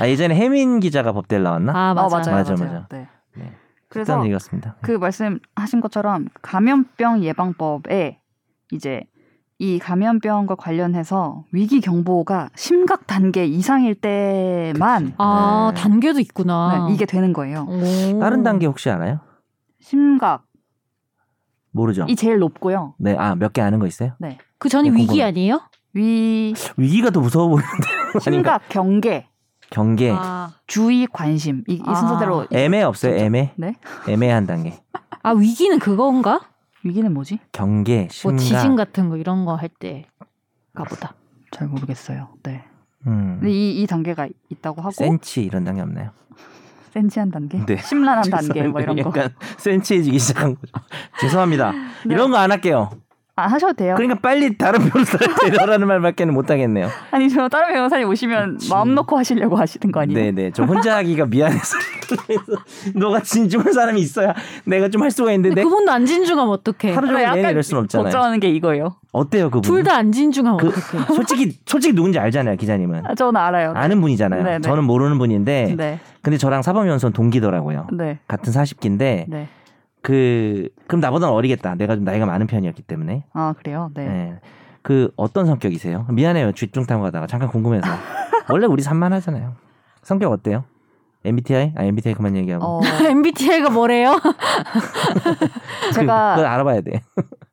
Speaker 3: 아 예전에 혜민 기자가 법대 를 나왔나?
Speaker 2: 아 맞아.
Speaker 1: 어, 맞아요.
Speaker 3: 맞아,
Speaker 1: 맞아요.
Speaker 3: 맞아.
Speaker 1: 네.
Speaker 3: 네.
Speaker 1: 그래서
Speaker 3: 읽었습니다.
Speaker 1: 그 말씀하신 것처럼 감염병 예방법에 이제 이 감염병과 관련해서 위기 경보가 심각 단계 이상일 때만
Speaker 2: 아
Speaker 3: 네.
Speaker 2: 단계도 있구나.
Speaker 1: 네, 이게 되는 거예요.
Speaker 2: 오.
Speaker 3: 다른 단계 혹시 알아요?
Speaker 1: 심각
Speaker 3: 모르죠.
Speaker 1: 이 제일 높고요.
Speaker 3: 네, 아 몇 개 아는 거 있어요?
Speaker 2: 그 전이
Speaker 3: 네,
Speaker 2: 위기
Speaker 3: 궁금해.
Speaker 2: 아니에요?
Speaker 1: 위
Speaker 3: 위기가 더 무서워 보이는데. 아닌가?
Speaker 1: 심각 경계
Speaker 3: 경계,
Speaker 2: 아,
Speaker 1: 주의, 관심 이, 이
Speaker 2: 아.
Speaker 1: 순서대로
Speaker 3: 애매 없어요. 애매.
Speaker 1: 네?
Speaker 3: 애매한 단계.
Speaker 2: 아, 위기는 그건가?
Speaker 1: 위기는 뭐지?
Speaker 3: 경계,
Speaker 2: 뭐
Speaker 1: 음.
Speaker 3: 심각.
Speaker 1: 네.
Speaker 2: 지진 같은 거 이런 거 할 때가 보다.
Speaker 1: 잘 모르겠어요. 네.
Speaker 3: 음,
Speaker 1: 근데 이, 이 단계가 있다고 하고
Speaker 3: 센치 이런 단계 없나요?
Speaker 1: 센치한 단계,
Speaker 3: 네.
Speaker 2: 아,
Speaker 1: 심란한 단계 뭐 이런 거.
Speaker 3: 약간 센치해지기 시작한 거죠. 죄송합니다.
Speaker 2: 네.
Speaker 3: 이런 거 안 할게요.
Speaker 1: 아 하셔도 돼요.
Speaker 3: 그러니까 빨리 다른 변호사한테 이러라는 말밖에는 못 하겠네요.
Speaker 1: 아니 저 다른 변호사님 오시면
Speaker 3: 그치.
Speaker 1: 마음 놓고 하시려고 하시는 거 아니에요?
Speaker 3: 네네. 저 혼자 하기가 미안해서 그래서 너가 진중한 사람이 있어야 내가 좀 할 수가 있는데
Speaker 2: 근데
Speaker 3: 내
Speaker 2: 그분도 안 진중하면 어떡해?
Speaker 3: 하루 종일 얘는 이럴 순 없잖아요.
Speaker 1: 걱정하는 게 이거예요.
Speaker 3: 어때요 그분?
Speaker 2: 둘
Speaker 1: 뭐?
Speaker 2: 다 안 진중하면
Speaker 3: 그-
Speaker 2: 어떡해?
Speaker 3: 솔직히 솔직히 누군지 알잖아요 기자님은.
Speaker 1: 아, 저는 알아요.
Speaker 3: 아는 분이잖아요.
Speaker 1: 네네.
Speaker 3: 저는 모르는 분인데
Speaker 1: 네,
Speaker 3: 근데 저랑 사법연수원 동기더라고요.
Speaker 1: 네,
Speaker 3: 같은 40기인데
Speaker 1: 네.
Speaker 3: 그 그럼 나보다는 어리겠다. 내가 좀 나이가 많은 편이었기 때문에.
Speaker 1: 아 그래요. 네.
Speaker 3: 예. 그 어떤 성격이세요? 미안해요. 쥐뚱 타고 가다가 잠깐 궁금해서. 원래 우리 산만하잖아요. 성격 어때요? MBTI? 아 MBTI 그만 얘기하고.
Speaker 1: 어
Speaker 2: MBTI가 뭐래요?
Speaker 1: 제가
Speaker 3: 그, 그걸 알아봐야 돼.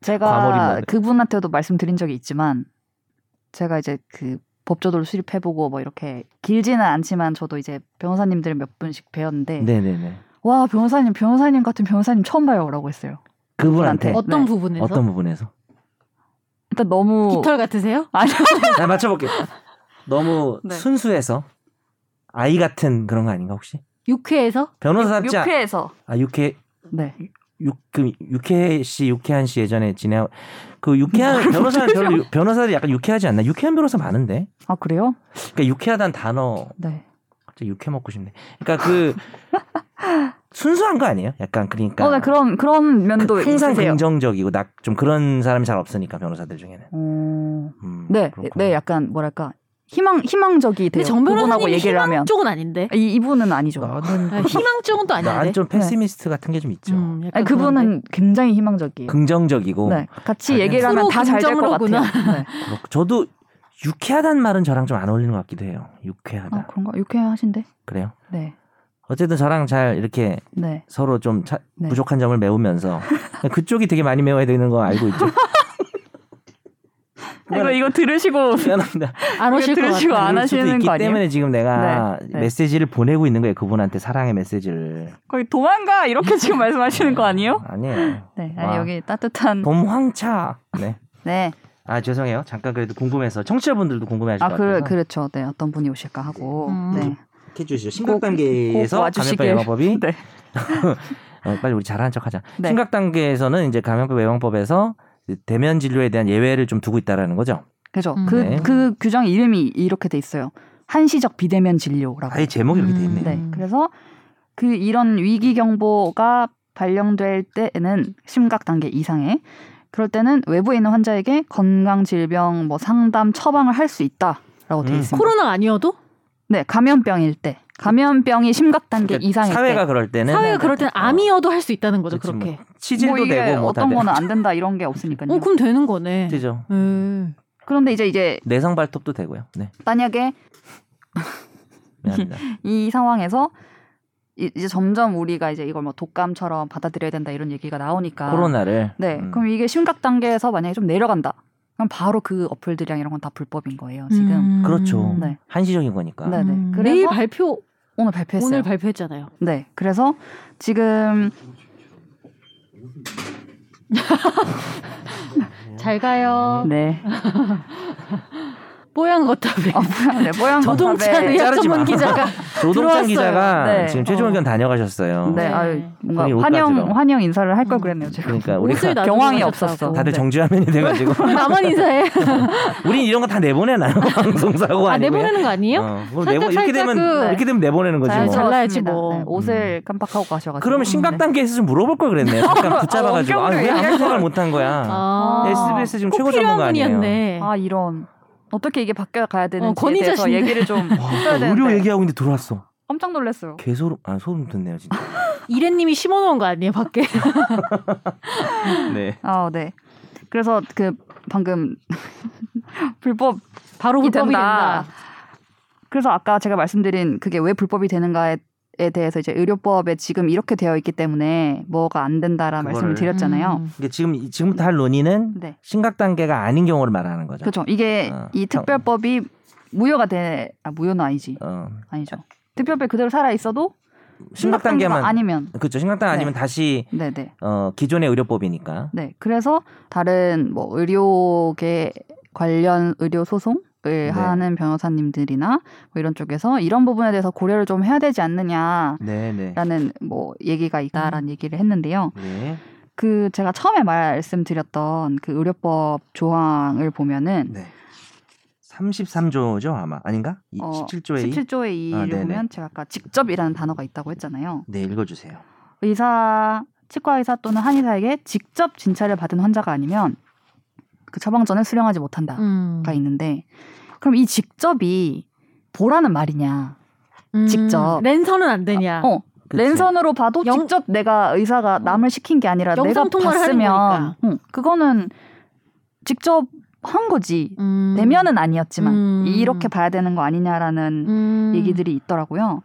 Speaker 3: 과몰입만
Speaker 1: 제가
Speaker 3: 해요.
Speaker 1: 그분한테도 말씀드린 적이 있지만 제가 이제 그 법조도를 수립해보고 뭐 이렇게 길지는 않지만 저도 이제 변호사님들 몇 분씩 배웠는데
Speaker 3: 네네네.
Speaker 1: 와 변호사님 변호사님 같은 변호사님 처음 봐요라고 했어요.
Speaker 3: 그분한테
Speaker 1: 그분한테.
Speaker 2: 어떤
Speaker 1: 네.
Speaker 2: 부분에서?
Speaker 3: 어떤 부분에서?
Speaker 1: 일단 너무
Speaker 2: 깃털 같으세요?
Speaker 1: 아니
Speaker 3: 나 맞춰볼게. 너무
Speaker 1: 네.
Speaker 3: 순수해서 아이 같은 그런 거 아닌가 혹시?
Speaker 2: 육회에서?
Speaker 3: 변호사답지 않-
Speaker 1: 육회에서
Speaker 3: 아 육회
Speaker 1: 네
Speaker 3: 육그 육회 씨 육회한 씨 예전에 지내 그 육회한 변호사 별로 유- 변호사들이 약간 육회하지 않나? 육회한 변호사 많은데.
Speaker 1: 아 그래요?
Speaker 3: 그러니까 육회하다는 단어
Speaker 1: 네.
Speaker 3: 갑자기 육회 먹고 싶네. 그러니까 그 순수한 거 아니에요? 약간 그러니까
Speaker 1: 어, 네, 그런 그런 면도
Speaker 3: 그- 항상
Speaker 1: 있으세요.
Speaker 3: 긍정적이고 나 좀 그런 사람이 잘 없으니까 변호사들 중에는.
Speaker 1: 어,
Speaker 3: 음,
Speaker 1: 네,
Speaker 3: 그렇구나.
Speaker 1: 네, 약간 뭐랄까 희망 희망적이 돼요.
Speaker 2: 근데 정
Speaker 1: 네. 그분하고
Speaker 2: 변호사님
Speaker 1: 얘기를
Speaker 2: 희망
Speaker 1: 하면
Speaker 2: 쪽은 아닌데.
Speaker 1: 이 이분은 아니죠.
Speaker 3: 나는
Speaker 2: 아, 희망 쪽은 또 아닌데.
Speaker 3: 나는
Speaker 1: 네.
Speaker 3: 좀 패시미스트 같은 게 좀 있죠.
Speaker 2: 음, 약간
Speaker 1: 아니,
Speaker 3: 네.
Speaker 1: 그분은 굉장히
Speaker 3: 그-
Speaker 1: 희망적이에요.
Speaker 3: 긍정적이고
Speaker 1: 네, 같이
Speaker 3: 자기는
Speaker 1: 얘기를 하면
Speaker 2: 서로
Speaker 1: 다 잘 될 것
Speaker 2: 긍정으로구나.
Speaker 1: 같아요. 네.
Speaker 3: 그렇고 저도 유쾌하단 말은 저랑 좀 안 어울리는 것 같기도 해요. 유쾌하다
Speaker 1: 아 그런가 유쾌하신데?
Speaker 3: 그래요?
Speaker 1: 네, 그런데.
Speaker 3: 어쨌든 저랑 잘 이렇게
Speaker 1: 네.
Speaker 3: 서로 좀 차-
Speaker 1: 네.
Speaker 3: 부족한 점을 메우면서 그쪽이 되게 많이 메워야 되는 거 알고 있죠.
Speaker 1: 이거 이거 들으시고
Speaker 3: 미안합니다.
Speaker 2: 안 오실 것
Speaker 1: 들으시고
Speaker 2: 같아요.
Speaker 1: 안
Speaker 3: 그럴 수도
Speaker 1: 하시는
Speaker 3: 있기
Speaker 1: 거 아니에요?
Speaker 3: 때문에 지금 내가
Speaker 1: 네, 네.
Speaker 3: 메시지를 보내고 있는 거예요. 그분한테 사랑의 메시지를.
Speaker 1: 거의 도망가 이렇게 지금 말씀하시는 거 아니에요?
Speaker 3: 아니에요.
Speaker 1: 네, 아니
Speaker 3: 와.
Speaker 1: 여기 따뜻한
Speaker 3: 봄황차. 네.
Speaker 1: 네.
Speaker 3: 아 죄송해요. 잠깐 그래도 궁금해서 청취자분들도 궁금해하실 것
Speaker 1: 아, 그,
Speaker 3: 같아서
Speaker 1: 그렇죠. 네, 어떤 분이 오실까 하고.
Speaker 2: 음.
Speaker 1: 네.
Speaker 3: 해주시죠.
Speaker 1: 꼭-
Speaker 3: 심각 단계에서
Speaker 1: 꼭 와주시길.
Speaker 3: 감염병 예방법이
Speaker 2: 음.
Speaker 1: 네.
Speaker 3: 어, 빨리 우리 잘하는 척하자.
Speaker 1: 네.
Speaker 3: 심각 단계에서는 이제 감염병 예방법에서 이제 대면 진료에 대한 예외를 좀 두고 있다라는 거죠.
Speaker 1: 그죠.
Speaker 2: 음.
Speaker 1: 그,
Speaker 3: 네.
Speaker 1: 그 규정 이름이 이렇게 돼 있어요. 한시적 비대면 진료라고.
Speaker 3: 아예 제목이 이렇게 돼 있네.
Speaker 2: 음.
Speaker 1: 네. 그래서 그 이런 위기 경보가 발령될 때는 심각 단계 이상의 그럴 때는 외부에 있는 환자에게 건강 질병 뭐 상담 처방을 할 수 있다라고 돼
Speaker 3: 음.
Speaker 1: 있습니다.
Speaker 2: 코로나 아니어도
Speaker 1: 네, 감염병일 때. 감염병이 심각 단계
Speaker 3: 그러니까
Speaker 1: 이상일
Speaker 3: 사회가
Speaker 1: 때. 뭐
Speaker 3: 그럴 때는
Speaker 1: 네.
Speaker 2: 사회가 그럴 땐 암이어도 할 수 있다는 거죠.
Speaker 3: 그치,
Speaker 2: 그렇게.
Speaker 3: 치질도
Speaker 1: 뭐 이게
Speaker 3: 되고 뭐
Speaker 1: 어떤
Speaker 3: 다
Speaker 1: 거는 안 된다 이런 게 없으니까요.
Speaker 2: 어, 그럼 되는 거네.
Speaker 3: 되죠.
Speaker 2: 음.
Speaker 1: 그런데 이제 이제
Speaker 3: 내성 발톱도 되고요. 네.
Speaker 1: 만약에
Speaker 3: 미안합니다.
Speaker 1: 이 상황에서 이- 이제 점점 우리가 이제 이걸 뭐 독감처럼 받아들여야 된다 이런 얘기가
Speaker 2: 아,
Speaker 1: 나오니까
Speaker 3: 코로나를
Speaker 1: 네
Speaker 3: 음.
Speaker 1: 그럼 이게 심각 단계에서 만약에 좀 내려간다 그럼 바로 그 어플들이랑 이런 건 다 불법인 거예요 지금
Speaker 2: 음.
Speaker 3: 그렇죠.
Speaker 1: 네.
Speaker 3: 한시적인 거니까.
Speaker 1: 네. 네네.
Speaker 2: 음.
Speaker 1: 그래서
Speaker 2: 내일 발표
Speaker 1: 오늘 발표했어요
Speaker 2: 오늘 발표했잖아요.
Speaker 1: 네 그래서 지금
Speaker 2: 잘 가요.
Speaker 1: 네
Speaker 2: 뽀얀 거탑에
Speaker 1: 어, 뭐야, 네, 뽀얀
Speaker 2: 조동찬
Speaker 1: 건담에-
Speaker 2: 의학
Speaker 3: 자르지 마.
Speaker 2: 전문 기자가
Speaker 3: 조동찬
Speaker 2: 들어왔어요.
Speaker 3: 기자가
Speaker 1: 네.
Speaker 3: 지금 최종
Speaker 2: 어.
Speaker 3: 의견 다녀가셨어요.
Speaker 1: 네,
Speaker 2: 네.
Speaker 1: 아유, 뭔가
Speaker 3: 거의 옷까지로.
Speaker 1: 환영 환영 인사를 할 걸
Speaker 2: 음.
Speaker 1: 그랬네요 제가
Speaker 3: 그러니까
Speaker 2: 옷을
Speaker 3: 우리가
Speaker 2: 나중에
Speaker 1: 경황이
Speaker 2: 사셨다고.
Speaker 1: 없었어.
Speaker 3: 다들 정지화면이 돼가지고
Speaker 2: 나만 인사해.
Speaker 3: 우린 이런 거 다 내보내나요? 방송사고
Speaker 2: 아
Speaker 3: 아니고요.
Speaker 2: 내보내는 거 아니에요?
Speaker 3: 어, 그걸 내보-
Speaker 2: 살짝,
Speaker 3: 이렇게
Speaker 2: 살짝
Speaker 3: 되면
Speaker 2: 그-
Speaker 3: 이렇게 되면 내보내는 거지
Speaker 1: 잘
Speaker 3: 뭐.
Speaker 2: 잘- 잘라야지
Speaker 1: 들었습니다.
Speaker 2: 뭐.
Speaker 1: 네, 옷을 깜빡하고 가셔가지고
Speaker 3: 그러면 심각
Speaker 1: 네.
Speaker 3: 단계에서 좀 물어볼 걸 그랬네요. 잠깐 붙잡아가지고
Speaker 1: 아,
Speaker 3: 아, 왜
Speaker 1: 원격으로
Speaker 3: 아무 생각을 못한 거야?
Speaker 2: 아,
Speaker 3: SBS 지금
Speaker 2: 꼭
Speaker 3: 최고
Speaker 2: 필요한
Speaker 3: 전문가 아니에요?
Speaker 2: 분이었네.
Speaker 1: 아 이런 어떻게 이게 바뀌어 가야 되는지에 대해서
Speaker 2: 권위자신데.
Speaker 1: 얘기를 좀
Speaker 3: 와,
Speaker 1: 해야
Speaker 3: 의료
Speaker 1: 되는데
Speaker 3: 얘기하고 있는데 들어왔어.
Speaker 1: 깜짝 놀랐어요.
Speaker 3: 개소름, 아 소름 돋네요 진짜.
Speaker 2: 이래님이 심어놓은 거 아니에요 밖에?
Speaker 3: 네.
Speaker 1: 아 네. 그래서 그 방금 불법
Speaker 2: 바로
Speaker 1: 불법이
Speaker 2: 불법이
Speaker 1: 된다.
Speaker 2: 된다.
Speaker 1: 그래서 아까 제가 말씀드린 그게 왜 불법이 되는가에 에 대해서 이제 의료법에 지금 이렇게 되어 있기 때문에 뭐가 안 된다라는 말씀을
Speaker 3: 그거를.
Speaker 1: 드렸잖아요.
Speaker 2: 음.
Speaker 3: 이게 지금 이- 지금부터 할 논의는
Speaker 1: 네.
Speaker 3: 심각 단계가 아닌 경우를 말하는 거죠.
Speaker 1: 그렇죠. 이게
Speaker 3: 어,
Speaker 1: 이
Speaker 3: 형.
Speaker 1: 특별법이 무효가 돼. 아, 무효는 아니지.
Speaker 3: 어,
Speaker 1: 아니죠. 득표율 그대로 살아 있어도
Speaker 3: 심각 단계만
Speaker 1: 아니면
Speaker 3: 그렇죠. 심각 단계 아니면 다시
Speaker 1: 네, 네.
Speaker 3: 어, 기존의 의료법이니까.
Speaker 1: 네. 그래서 다른 뭐 의료계 관련 의료 소송을
Speaker 3: 네.
Speaker 1: 하는 변호사님들이나 뭐 이런 쪽에서 이런 부분에 대해서 고려를 좀 해야 되지 않느냐라는
Speaker 3: 네, 네.
Speaker 1: 뭐 얘기가
Speaker 3: 음.
Speaker 1: 있다라는 얘기를 했는데요.
Speaker 3: 네.
Speaker 1: 그 제가 처음에 말씀드렸던 그 의료법 조항을 보면은
Speaker 3: 네. 33조죠, 아마. 아닌가? 이
Speaker 1: 어,
Speaker 3: 17조에
Speaker 1: 17조의 2를
Speaker 3: 아, 네네.
Speaker 1: 보면 제가 아까 직접이라는 단어가 있다고 했잖아요.
Speaker 3: 네, 읽어 주세요.
Speaker 1: 의사, 치과의사 또는 한의사에게 직접 진찰을 받은 환자가 아니면 그 처방전을 수령하지 못한다.
Speaker 2: 음.
Speaker 1: 가 있는데 그럼 이 직접이 보라는 말이냐?
Speaker 2: 음.
Speaker 1: 직접.
Speaker 2: 랜선은 안 되냐?
Speaker 1: 어 랜선으로 봐도
Speaker 2: 영- 어.
Speaker 1: 직접 내가 의사가 남을 시킨 게 아니라 내가
Speaker 2: 영상 통화를 하는
Speaker 1: 봤으면 응, 그거는 직접 한 거지
Speaker 2: 음.
Speaker 1: 내면은 아니었지만
Speaker 2: 음.
Speaker 1: 이렇게 봐야 되는 거 아니냐라는
Speaker 2: 음.
Speaker 1: 얘기들이 있더라고요.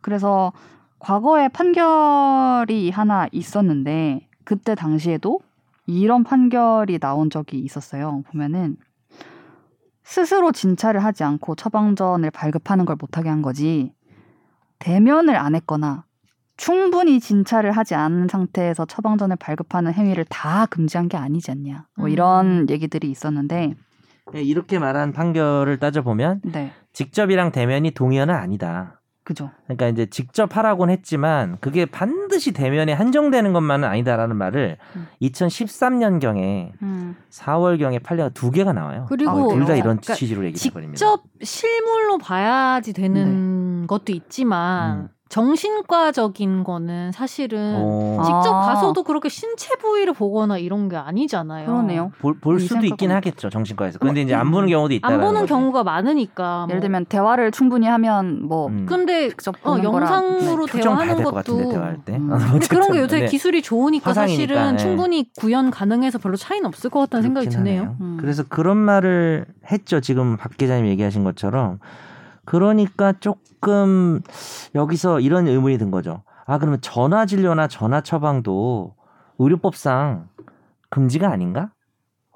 Speaker 1: 그래서 과거에 판결이 하나 있었는데 그때 당시에도 이런 판결이 나온 적이 있었어요. 보면은 스스로 진찰을 하지 않고 처방전을 발급하는 걸 못하게 한 거지 대면을 안 했거나 충분히 진찰을 하지 않은 상태에서 처방전을 발급하는 행위를 다 금지한 게 아니지 않냐 뭐 이런 얘기들이 있었는데
Speaker 3: 네, 이렇게 말한 판결을 따져 보면
Speaker 1: 네
Speaker 3: 직접이랑 대면이 동의어는 아니다.
Speaker 1: 그죠
Speaker 3: 그러니까 이제 직접 하라고는 했지만 그게 반드시 대면에 한정되는 것만은 아니다라는 말을
Speaker 1: 음.
Speaker 3: 2013년 경에
Speaker 2: 음.
Speaker 3: 4월 경에 판례가 두 개가 나와요. 아,
Speaker 2: 그리고
Speaker 3: 둘 다
Speaker 1: 그래요?
Speaker 3: 이런
Speaker 2: 그러니까
Speaker 3: 취지로 얘기해 버립니다.
Speaker 2: 직접 실물로 봐야지 되는 것도 있지만
Speaker 3: 음.
Speaker 2: 정신과적인 거는 사실은
Speaker 3: 어,
Speaker 1: 아.
Speaker 2: 직접 봐서도 그렇게 신체 부위를 보거나 이런 게 아니잖아요. 음.
Speaker 1: 그러네요
Speaker 3: 볼, 볼
Speaker 1: 이
Speaker 3: 수도 있긴
Speaker 1: 생각은-
Speaker 3: 하겠죠 정신과에서. 근데 이제 안 보는 경우도 있다.
Speaker 2: 안 보는 경우가 많으니까. 뭐.
Speaker 1: 예를 들면 대화를 충분히 하면 뭐
Speaker 2: 근데
Speaker 1: 직접
Speaker 2: 어,
Speaker 1: 보는 거랑
Speaker 2: 영상으로
Speaker 3: 음. 네, 표정 봐야
Speaker 2: 대화하는
Speaker 3: 될 것
Speaker 2: 것도
Speaker 3: 같은데 대화할 때.
Speaker 1: 음.
Speaker 3: 어,
Speaker 2: 근데 그런 게
Speaker 3: 어쨌든.
Speaker 2: 요새
Speaker 3: 네.
Speaker 2: 기술이 좋으니까
Speaker 3: 화상이니까,
Speaker 2: 사실은
Speaker 3: 네.
Speaker 2: 충분히 구현 가능해서 별로 차이는 없을 것 같다는 생각이
Speaker 3: 그렇긴
Speaker 2: 드네요.
Speaker 3: 하네요.
Speaker 1: 음.
Speaker 3: 그래서 그런 말을 했죠. 지금 박 기자님 얘기하신 것처럼. 그러니까 조금 여기서 이런 의문이 든 거죠. 아, 그러면 전화 진료나 전화 처방도 의료법상 금지가 아닌가?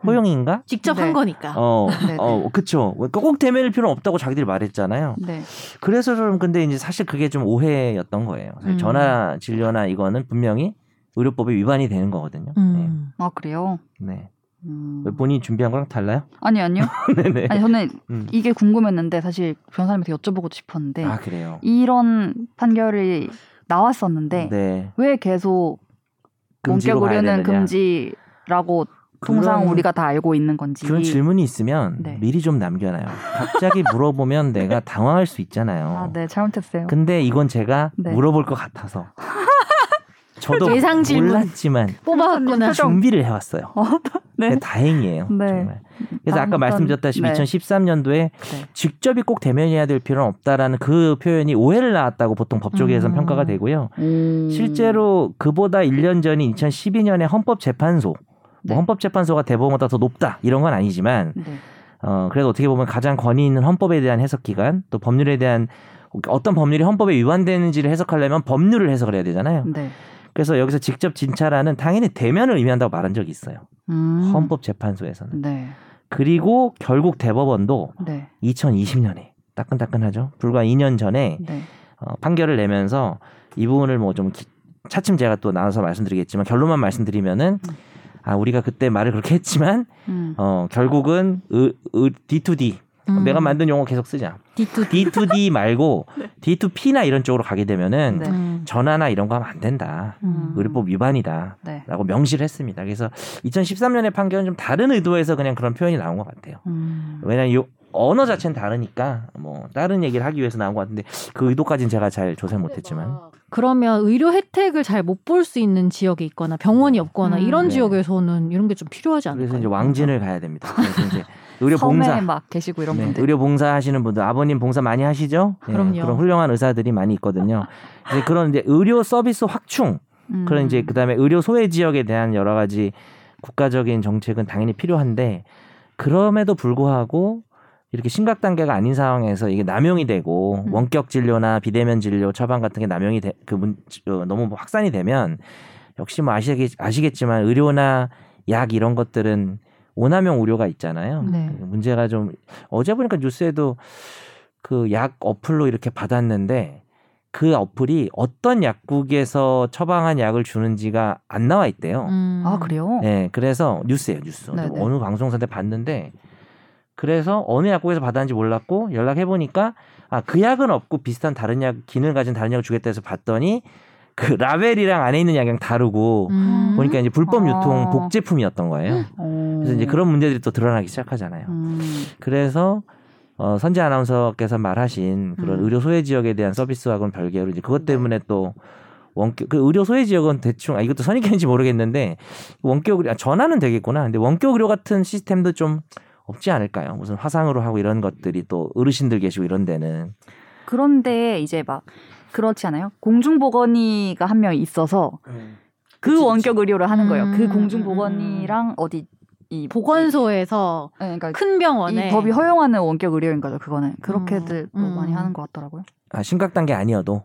Speaker 2: 음.
Speaker 3: 허용인가?
Speaker 2: 직접
Speaker 1: 네.
Speaker 2: 한 거니까.
Speaker 3: 어,
Speaker 1: 네, 네.
Speaker 3: 어, 그쵸. 꼭 대면일 필요는 없다고 자기들이 말했잖아요.
Speaker 1: 네.
Speaker 3: 그래서 좀 근데 이제 사실 그게 좀 오해였던 거예요. 사실
Speaker 2: 음.
Speaker 3: 전화 진료나 이거는 분명히 의료법에 위반이 되는 거거든요.
Speaker 2: 음.
Speaker 1: 아 그래요.
Speaker 3: 네. 네.
Speaker 1: 음.
Speaker 3: 왜 본인이 준비한 거랑 달라요?
Speaker 1: 아니 아니요.
Speaker 3: 네네.
Speaker 1: 아니 저는
Speaker 3: 음.
Speaker 1: 이게 궁금했는데 사실 변호사님한테 여쭤보고 싶었는데
Speaker 3: 아 그래요.
Speaker 1: 이런 판결이 나왔었는데
Speaker 3: 네.
Speaker 1: 왜 계속
Speaker 3: 금지로
Speaker 1: 원격
Speaker 3: 가야
Speaker 1: 의료는
Speaker 3: 되느냐.
Speaker 1: 금지라고 통상
Speaker 3: 그런-
Speaker 1: 우리가 다 알고 있는 건지.
Speaker 3: 그런 질문이 있으면
Speaker 1: 네.
Speaker 3: 미리 좀 남겨놔요. 갑자기 물어보면 내가 당황할 수 있잖아요.
Speaker 1: 아 네, 잘못했어요.
Speaker 3: 근데 이건 제가
Speaker 1: 네.
Speaker 3: 물어볼 것 같아서 저도
Speaker 2: 예상 질문.
Speaker 3: 몰랐지만
Speaker 2: 뽑아왔구나.
Speaker 3: 그 준비를 해왔어요.
Speaker 1: 네.
Speaker 3: 근데 다행이에요.
Speaker 1: 네.
Speaker 3: 정말. 그래서 아까
Speaker 1: 아무튼,
Speaker 3: 말씀드렸다시피
Speaker 1: 네.
Speaker 3: 2013년도에
Speaker 1: 네.
Speaker 3: 직접이 꼭 대면해야 될 필요는 없다라는 그 표현이 오해를 낳았다고 보통 법조계에선
Speaker 2: 음.
Speaker 3: 평가가 되고요.
Speaker 1: 음.
Speaker 3: 실제로 그보다 1년 전인 2012년에 헌법재판소
Speaker 1: 네.
Speaker 3: 뭐 헌법재판소가 대법원보다 더 높다 이런 건 아니지만
Speaker 1: 네.
Speaker 3: 어 그래도 어떻게 보면 가장 권위 있는 헌법에 대한 해석 기관 또 법률에 대한 어떤 법률이 헌법에 위반되는지를 해석하려면 법률을 해석을 해야 되잖아요.
Speaker 1: 네.
Speaker 3: 그래서 여기서 직접 진찰하는 당연히 대면을 의미한다고 말한 적이 있어요.
Speaker 1: 음.
Speaker 3: 헌법재판소에서는.
Speaker 1: 네.
Speaker 3: 그리고 결국 대법원도
Speaker 1: 네.
Speaker 3: 2020년에 따끈따끈하죠. 불과 2년 전에
Speaker 1: 네.
Speaker 3: 어, 판결을 내면서 이 부분을 뭐 좀 차츰 제가 또 나눠서 말씀드리겠지만 결론만 말씀드리면은 아 우리가 그때 말을 그렇게 했지만
Speaker 1: 음.
Speaker 3: 어 결국은 의, 의, D2D
Speaker 2: 음.
Speaker 3: 네. 내가 만든 용어 계속 쓰자
Speaker 2: D2D.
Speaker 3: D2D 말고 D2P나 이런 쪽으로 가게 되면은
Speaker 1: 네.
Speaker 2: 음.
Speaker 3: 전화나 이런 거 하면 안 된다
Speaker 2: 음.
Speaker 3: 의료법 위반이다
Speaker 1: 네.
Speaker 3: 라고 명시를 했습니다 그래서 2013년의 판결은 좀 다른 의도에서 그냥 그런 표현이 나온 것 같아요
Speaker 1: 음.
Speaker 3: 왜냐면 요 언어 자체는 다르니까 뭐 다른 얘기를 하기 위해서 나온 것 같은데 그 의도까지는 제가 잘 조사 못했지만
Speaker 2: 그러면 의료 혜택을 잘 못 볼 수 있는 지역에 있거나 병원이 없거나
Speaker 1: 음.
Speaker 2: 이런
Speaker 3: 네.
Speaker 2: 지역에서는 이런 게 좀 필요하지 않을까요?
Speaker 3: 그래서 이제 왕진을 가야 됩니다. 그래서 이제 의료
Speaker 1: 섬에
Speaker 3: 봉사
Speaker 1: 막 계시고 이런
Speaker 3: 네,
Speaker 1: 분들.
Speaker 3: 의료 봉사 하시는 분들 아버님 봉사 많이 하시죠? 예,
Speaker 2: 그럼요.
Speaker 3: 그런 훌륭한 의사들이 많이 있거든요. 이제 그런 이제 의료 서비스 확충
Speaker 1: 음.
Speaker 3: 그런 이제 그다음에 의료 소외 지역에 대한 여러 가지 국가적인 정책은 당연히 필요한데 그럼에도 불구하고 이렇게 심각 단계가 아닌 상황에서 이게 남용이 되고
Speaker 1: 음.
Speaker 3: 원격 진료나 비대면 진료 처방 같은 게 남용이 돼, 그 문, 어, 너무 뭐 확산이 되면 역시 뭐 아시겠, 아시겠지만 의료나 약 이런 것들은 오남용 우려가 있잖아요.
Speaker 2: 네.
Speaker 3: 문제가 좀 어제 보니까 뉴스에도 그 약 어플로 이렇게 받았는데 그 어플이 어떤 약국에서 처방한 약을 주는지가 안 나와 있대요.
Speaker 2: 음.
Speaker 1: 아 그래요?
Speaker 3: 네, 그래서 뉴스예요, 뉴스.
Speaker 1: 네네.
Speaker 3: 어느 방송사한테 봤는데 그래서 어느 약국에서 받았는지 몰랐고 연락해 보니까 아 그 약은 없고 비슷한 다른 약 기능을 가진 다른 약을 주겠다 해서 봤더니 그 라벨이랑 안에 있는 약이랑 다르고
Speaker 2: 음.
Speaker 1: 보니까
Speaker 3: 보니까 이제 불법
Speaker 1: 아.
Speaker 3: 유통 복제품이었던 거예요.
Speaker 1: 어.
Speaker 3: 그래서 이제 그런 문제들이 또 드러나기 시작하잖아요.
Speaker 1: 음.
Speaker 3: 그래서 어, 선재 아나운서께서 말하신 그런
Speaker 2: 음.
Speaker 3: 의료 소외 지역에 대한 서비스하고는 별개로 이제 그것
Speaker 2: 네.
Speaker 3: 때문에 또 원격 그 의료 소외 지역은 대충 아 이것도 선입견인지 모르겠는데 원격 의료 아, 전화는 되겠구나. 근데 원격 의료 같은 시스템도 좀 없지 않을까요? 무슨 화상으로 하고 이런 것들이 또 어르신들 계시고 이런 데는
Speaker 1: 그런데 이제 막 그렇지 않아요? 공중보건의가 한 명 있어서 그 원격 의료를 하는 거예요.
Speaker 2: 음, 그
Speaker 1: 그 공중보건의랑 어디 이
Speaker 2: 보건소에서
Speaker 1: 네, 그러니까
Speaker 2: 큰 병원에
Speaker 1: 이 법이 허용하는 원격 의료인 거죠. 그거는 그렇게들 또
Speaker 2: 음.
Speaker 1: 많이 하는 것 같더라고요.
Speaker 3: 아 심각 단계 아니어도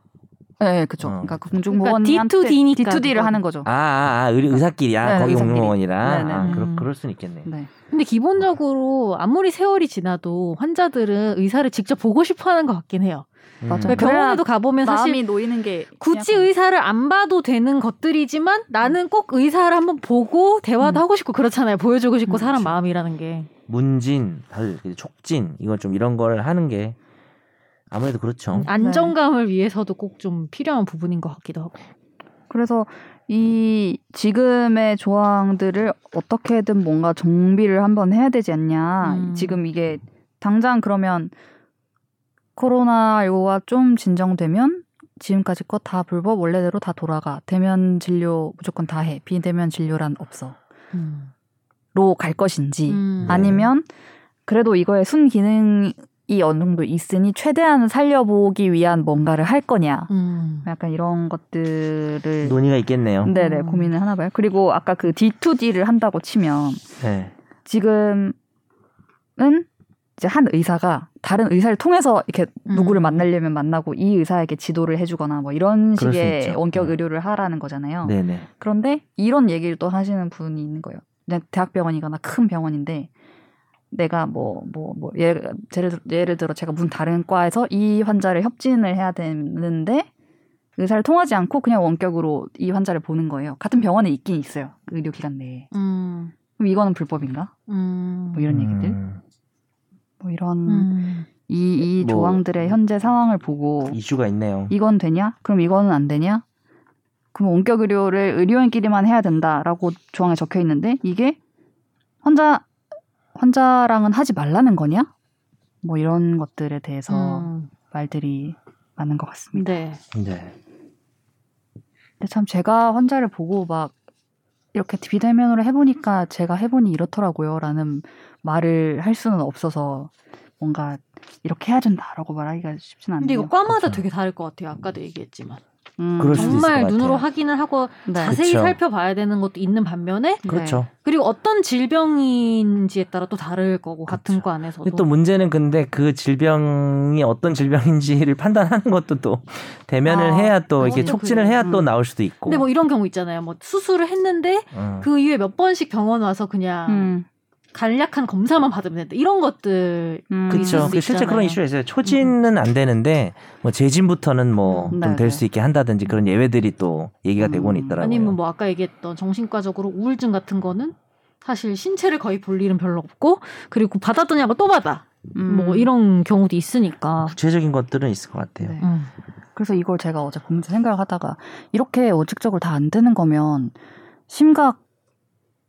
Speaker 2: 예,
Speaker 1: 네, 그렇죠.
Speaker 3: 어.
Speaker 1: 그러니까 공중보건의한테
Speaker 2: 그러니까 D2D 니까,
Speaker 1: D2D를
Speaker 2: 그건.
Speaker 1: 하는 거죠.
Speaker 3: 아, 아, 아, 의료, 의사끼리야
Speaker 1: 네,
Speaker 3: 거기
Speaker 1: 의사끼리.
Speaker 3: 공무원이랑
Speaker 1: 네, 네,
Speaker 3: 아,
Speaker 2: 네.
Speaker 3: 그럴 그럴 수는 있겠네.
Speaker 1: 네.
Speaker 2: 근데 기본적으로 아무리 세월이 지나도 환자들은 의사를 직접 보고 싶어 하는 것 같긴 해요.
Speaker 3: 음.
Speaker 1: 맞아.
Speaker 2: 왜
Speaker 3: 그러니까
Speaker 1: 그래야
Speaker 2: 병원에도 가보면 사실
Speaker 1: 마음이 놓이는 게
Speaker 2: 굳이
Speaker 1: 약간-
Speaker 2: 의사를 안 봐도 되는 것들이지만 나는 꼭 의사를 한번 보고 대화도
Speaker 1: 음.
Speaker 2: 하고 싶고 그렇잖아요. 보여주고 싶고
Speaker 1: 음,
Speaker 2: 사람
Speaker 3: 그렇죠.
Speaker 2: 마음이라는 게.
Speaker 3: 문진, 덜, 촉진 이건 좀 이런 걸 하는 게 아무래도
Speaker 1: 음.
Speaker 3: 그렇죠.
Speaker 2: 안정감을 위해서도 꼭 좀 필요한 부분인 것 같기도 하고.
Speaker 1: 그래서 이 지금의 조항들을 어떻게든 뭔가 정비를 한번 해야 되지 않냐.
Speaker 2: 음.
Speaker 1: 지금 이게 당장 그러면 코로나19가 좀 진정되면 지금까지 거 다 불법 원래대로 다 돌아가. 대면 진료 무조건 다 해. 비대면 진료란 없어. 로 갈
Speaker 2: 음.
Speaker 1: 것인지
Speaker 3: 음. 네.
Speaker 1: 아니면 그래도 이거에 순 기능이 어느 정도 있으니 최대한 살려보기 위한 뭔가를 할 거냐.
Speaker 2: 음.
Speaker 1: 약간 이런 것들을
Speaker 3: 논의가 있겠네요.
Speaker 1: 네네
Speaker 2: 음.
Speaker 1: 고민을 하나 봐요. 그리고 아까 그 D2D를 한다고 치면
Speaker 3: 네.
Speaker 1: 지금은 이제 한 의사가 다른 의사를 통해서 이렇게
Speaker 2: 음.
Speaker 1: 누구를 만나려면 만나고 이 의사에게 지도를 해주거나 뭐 이런
Speaker 3: 그럴 수
Speaker 1: 식의
Speaker 3: 있죠.
Speaker 1: 원격
Speaker 3: 네.
Speaker 1: 의료를 하라는
Speaker 2: 어.
Speaker 1: 거잖아요.
Speaker 3: 네네.
Speaker 1: 그런데 이런 얘기를 또 하시는 분이 있는 거예요. 그냥 대학병원이거나 큰 병원인데 내가 뭐 뭐 뭐 예를 들어 예를 들어 제가 무슨 다른 과에서 이 환자를 협진을 해야 되는데 의사를 통하지 않고 그냥 원격으로 이 환자를 보는 거예요. 같은 병원에 있긴 있어요. 의료기관 내에.
Speaker 2: 음.
Speaker 1: 그럼 이거는 불법인가?
Speaker 2: 음.
Speaker 1: 뭐 이런 얘기들.
Speaker 3: 음,
Speaker 1: 뭐 이런
Speaker 2: 음.
Speaker 1: 이 이
Speaker 3: 뭐-
Speaker 1: 조항들의 현재 상황을 보고
Speaker 3: 이슈가 있네요.
Speaker 1: 이건 되냐? 그럼 이거는 안 되냐? 그럼 원격 의료를 의료인끼리만 해야 된다라고 조항에 적혀 있는데 이게 환자 환자랑은 하지 말라는 거냐? 뭐 이런 것들에 대해서
Speaker 2: 음.
Speaker 1: 말들이 많은 것 같습니다.
Speaker 2: 네.
Speaker 3: 네.
Speaker 1: 근데 참 제가 환자를 보고 막 이렇게 비대면으로 해보니까 제가 해보니 이렇더라고요라는 말을 할 수는 없어서 뭔가 이렇게 해야 된다라고 말하기가 쉽진 않네요.
Speaker 2: 근데 이거 과마다
Speaker 3: 그렇죠.
Speaker 2: 되게 다를 것 같아요. 아까도 얘기했지만
Speaker 1: 음,
Speaker 3: 그럴 수도 있을
Speaker 2: 정말
Speaker 3: 것
Speaker 2: 눈으로
Speaker 3: 같아요.
Speaker 2: 확인을 하고
Speaker 1: 네.
Speaker 2: 자세히
Speaker 3: 그쵸.
Speaker 2: 살펴봐야 되는 것도 있는 반면에
Speaker 3: 그렇죠.
Speaker 2: 그리고 어떤 질병인지에 따라 또 다를 거고 같은
Speaker 3: 그렇죠.
Speaker 2: 과 안에서도
Speaker 3: 근데 또 문제는 근데 그 질병이 어떤 질병인지를 판단하는 것도 또 대면을
Speaker 1: 아,
Speaker 3: 해야 또
Speaker 2: 그건
Speaker 3: 이렇게
Speaker 2: 또
Speaker 3: 촉진을
Speaker 2: 그래요.
Speaker 3: 해야 또
Speaker 1: 음.
Speaker 3: 나올 수도 있고.
Speaker 2: 근데 뭐 이런 경우 있잖아요. 뭐 수술을 했는데
Speaker 3: 음.
Speaker 2: 그 이후에 몇 번씩 병원 와서 그냥
Speaker 1: 음,
Speaker 2: 간략한 검사만 받으면 된다. 이런 것들
Speaker 1: 음.
Speaker 2: 그쵸. 있을
Speaker 3: 그렇죠.
Speaker 2: 수
Speaker 3: 실제
Speaker 2: 있잖아요. 음.
Speaker 3: 그런 이슈가 있어요. 초진은 안 되는데 뭐 재진부터는 뭐 좀
Speaker 1: 음,
Speaker 3: 될
Speaker 1: 네,
Speaker 3: 수
Speaker 1: 네.
Speaker 3: 있게 한다든지 그런 예외들이 또 얘기가
Speaker 1: 음.
Speaker 3: 되고는 있더라고요.
Speaker 2: 아니면 뭐 아까 얘기했던 정신과적으로 우울증 같은 거는 사실 신체를 거의 볼 일은 별로 없고 그리고 받았더냐고 또 받아. 뭐
Speaker 1: 음.
Speaker 2: 이런 경우도 있으니까.
Speaker 3: 구체적인 것들은 있을 것 같아요.
Speaker 1: 네.
Speaker 2: 음.
Speaker 1: 그래서 이걸 제가 어제 보면서 생각을 하다가 이렇게 원칙적으로 다 안 되는 거면 심각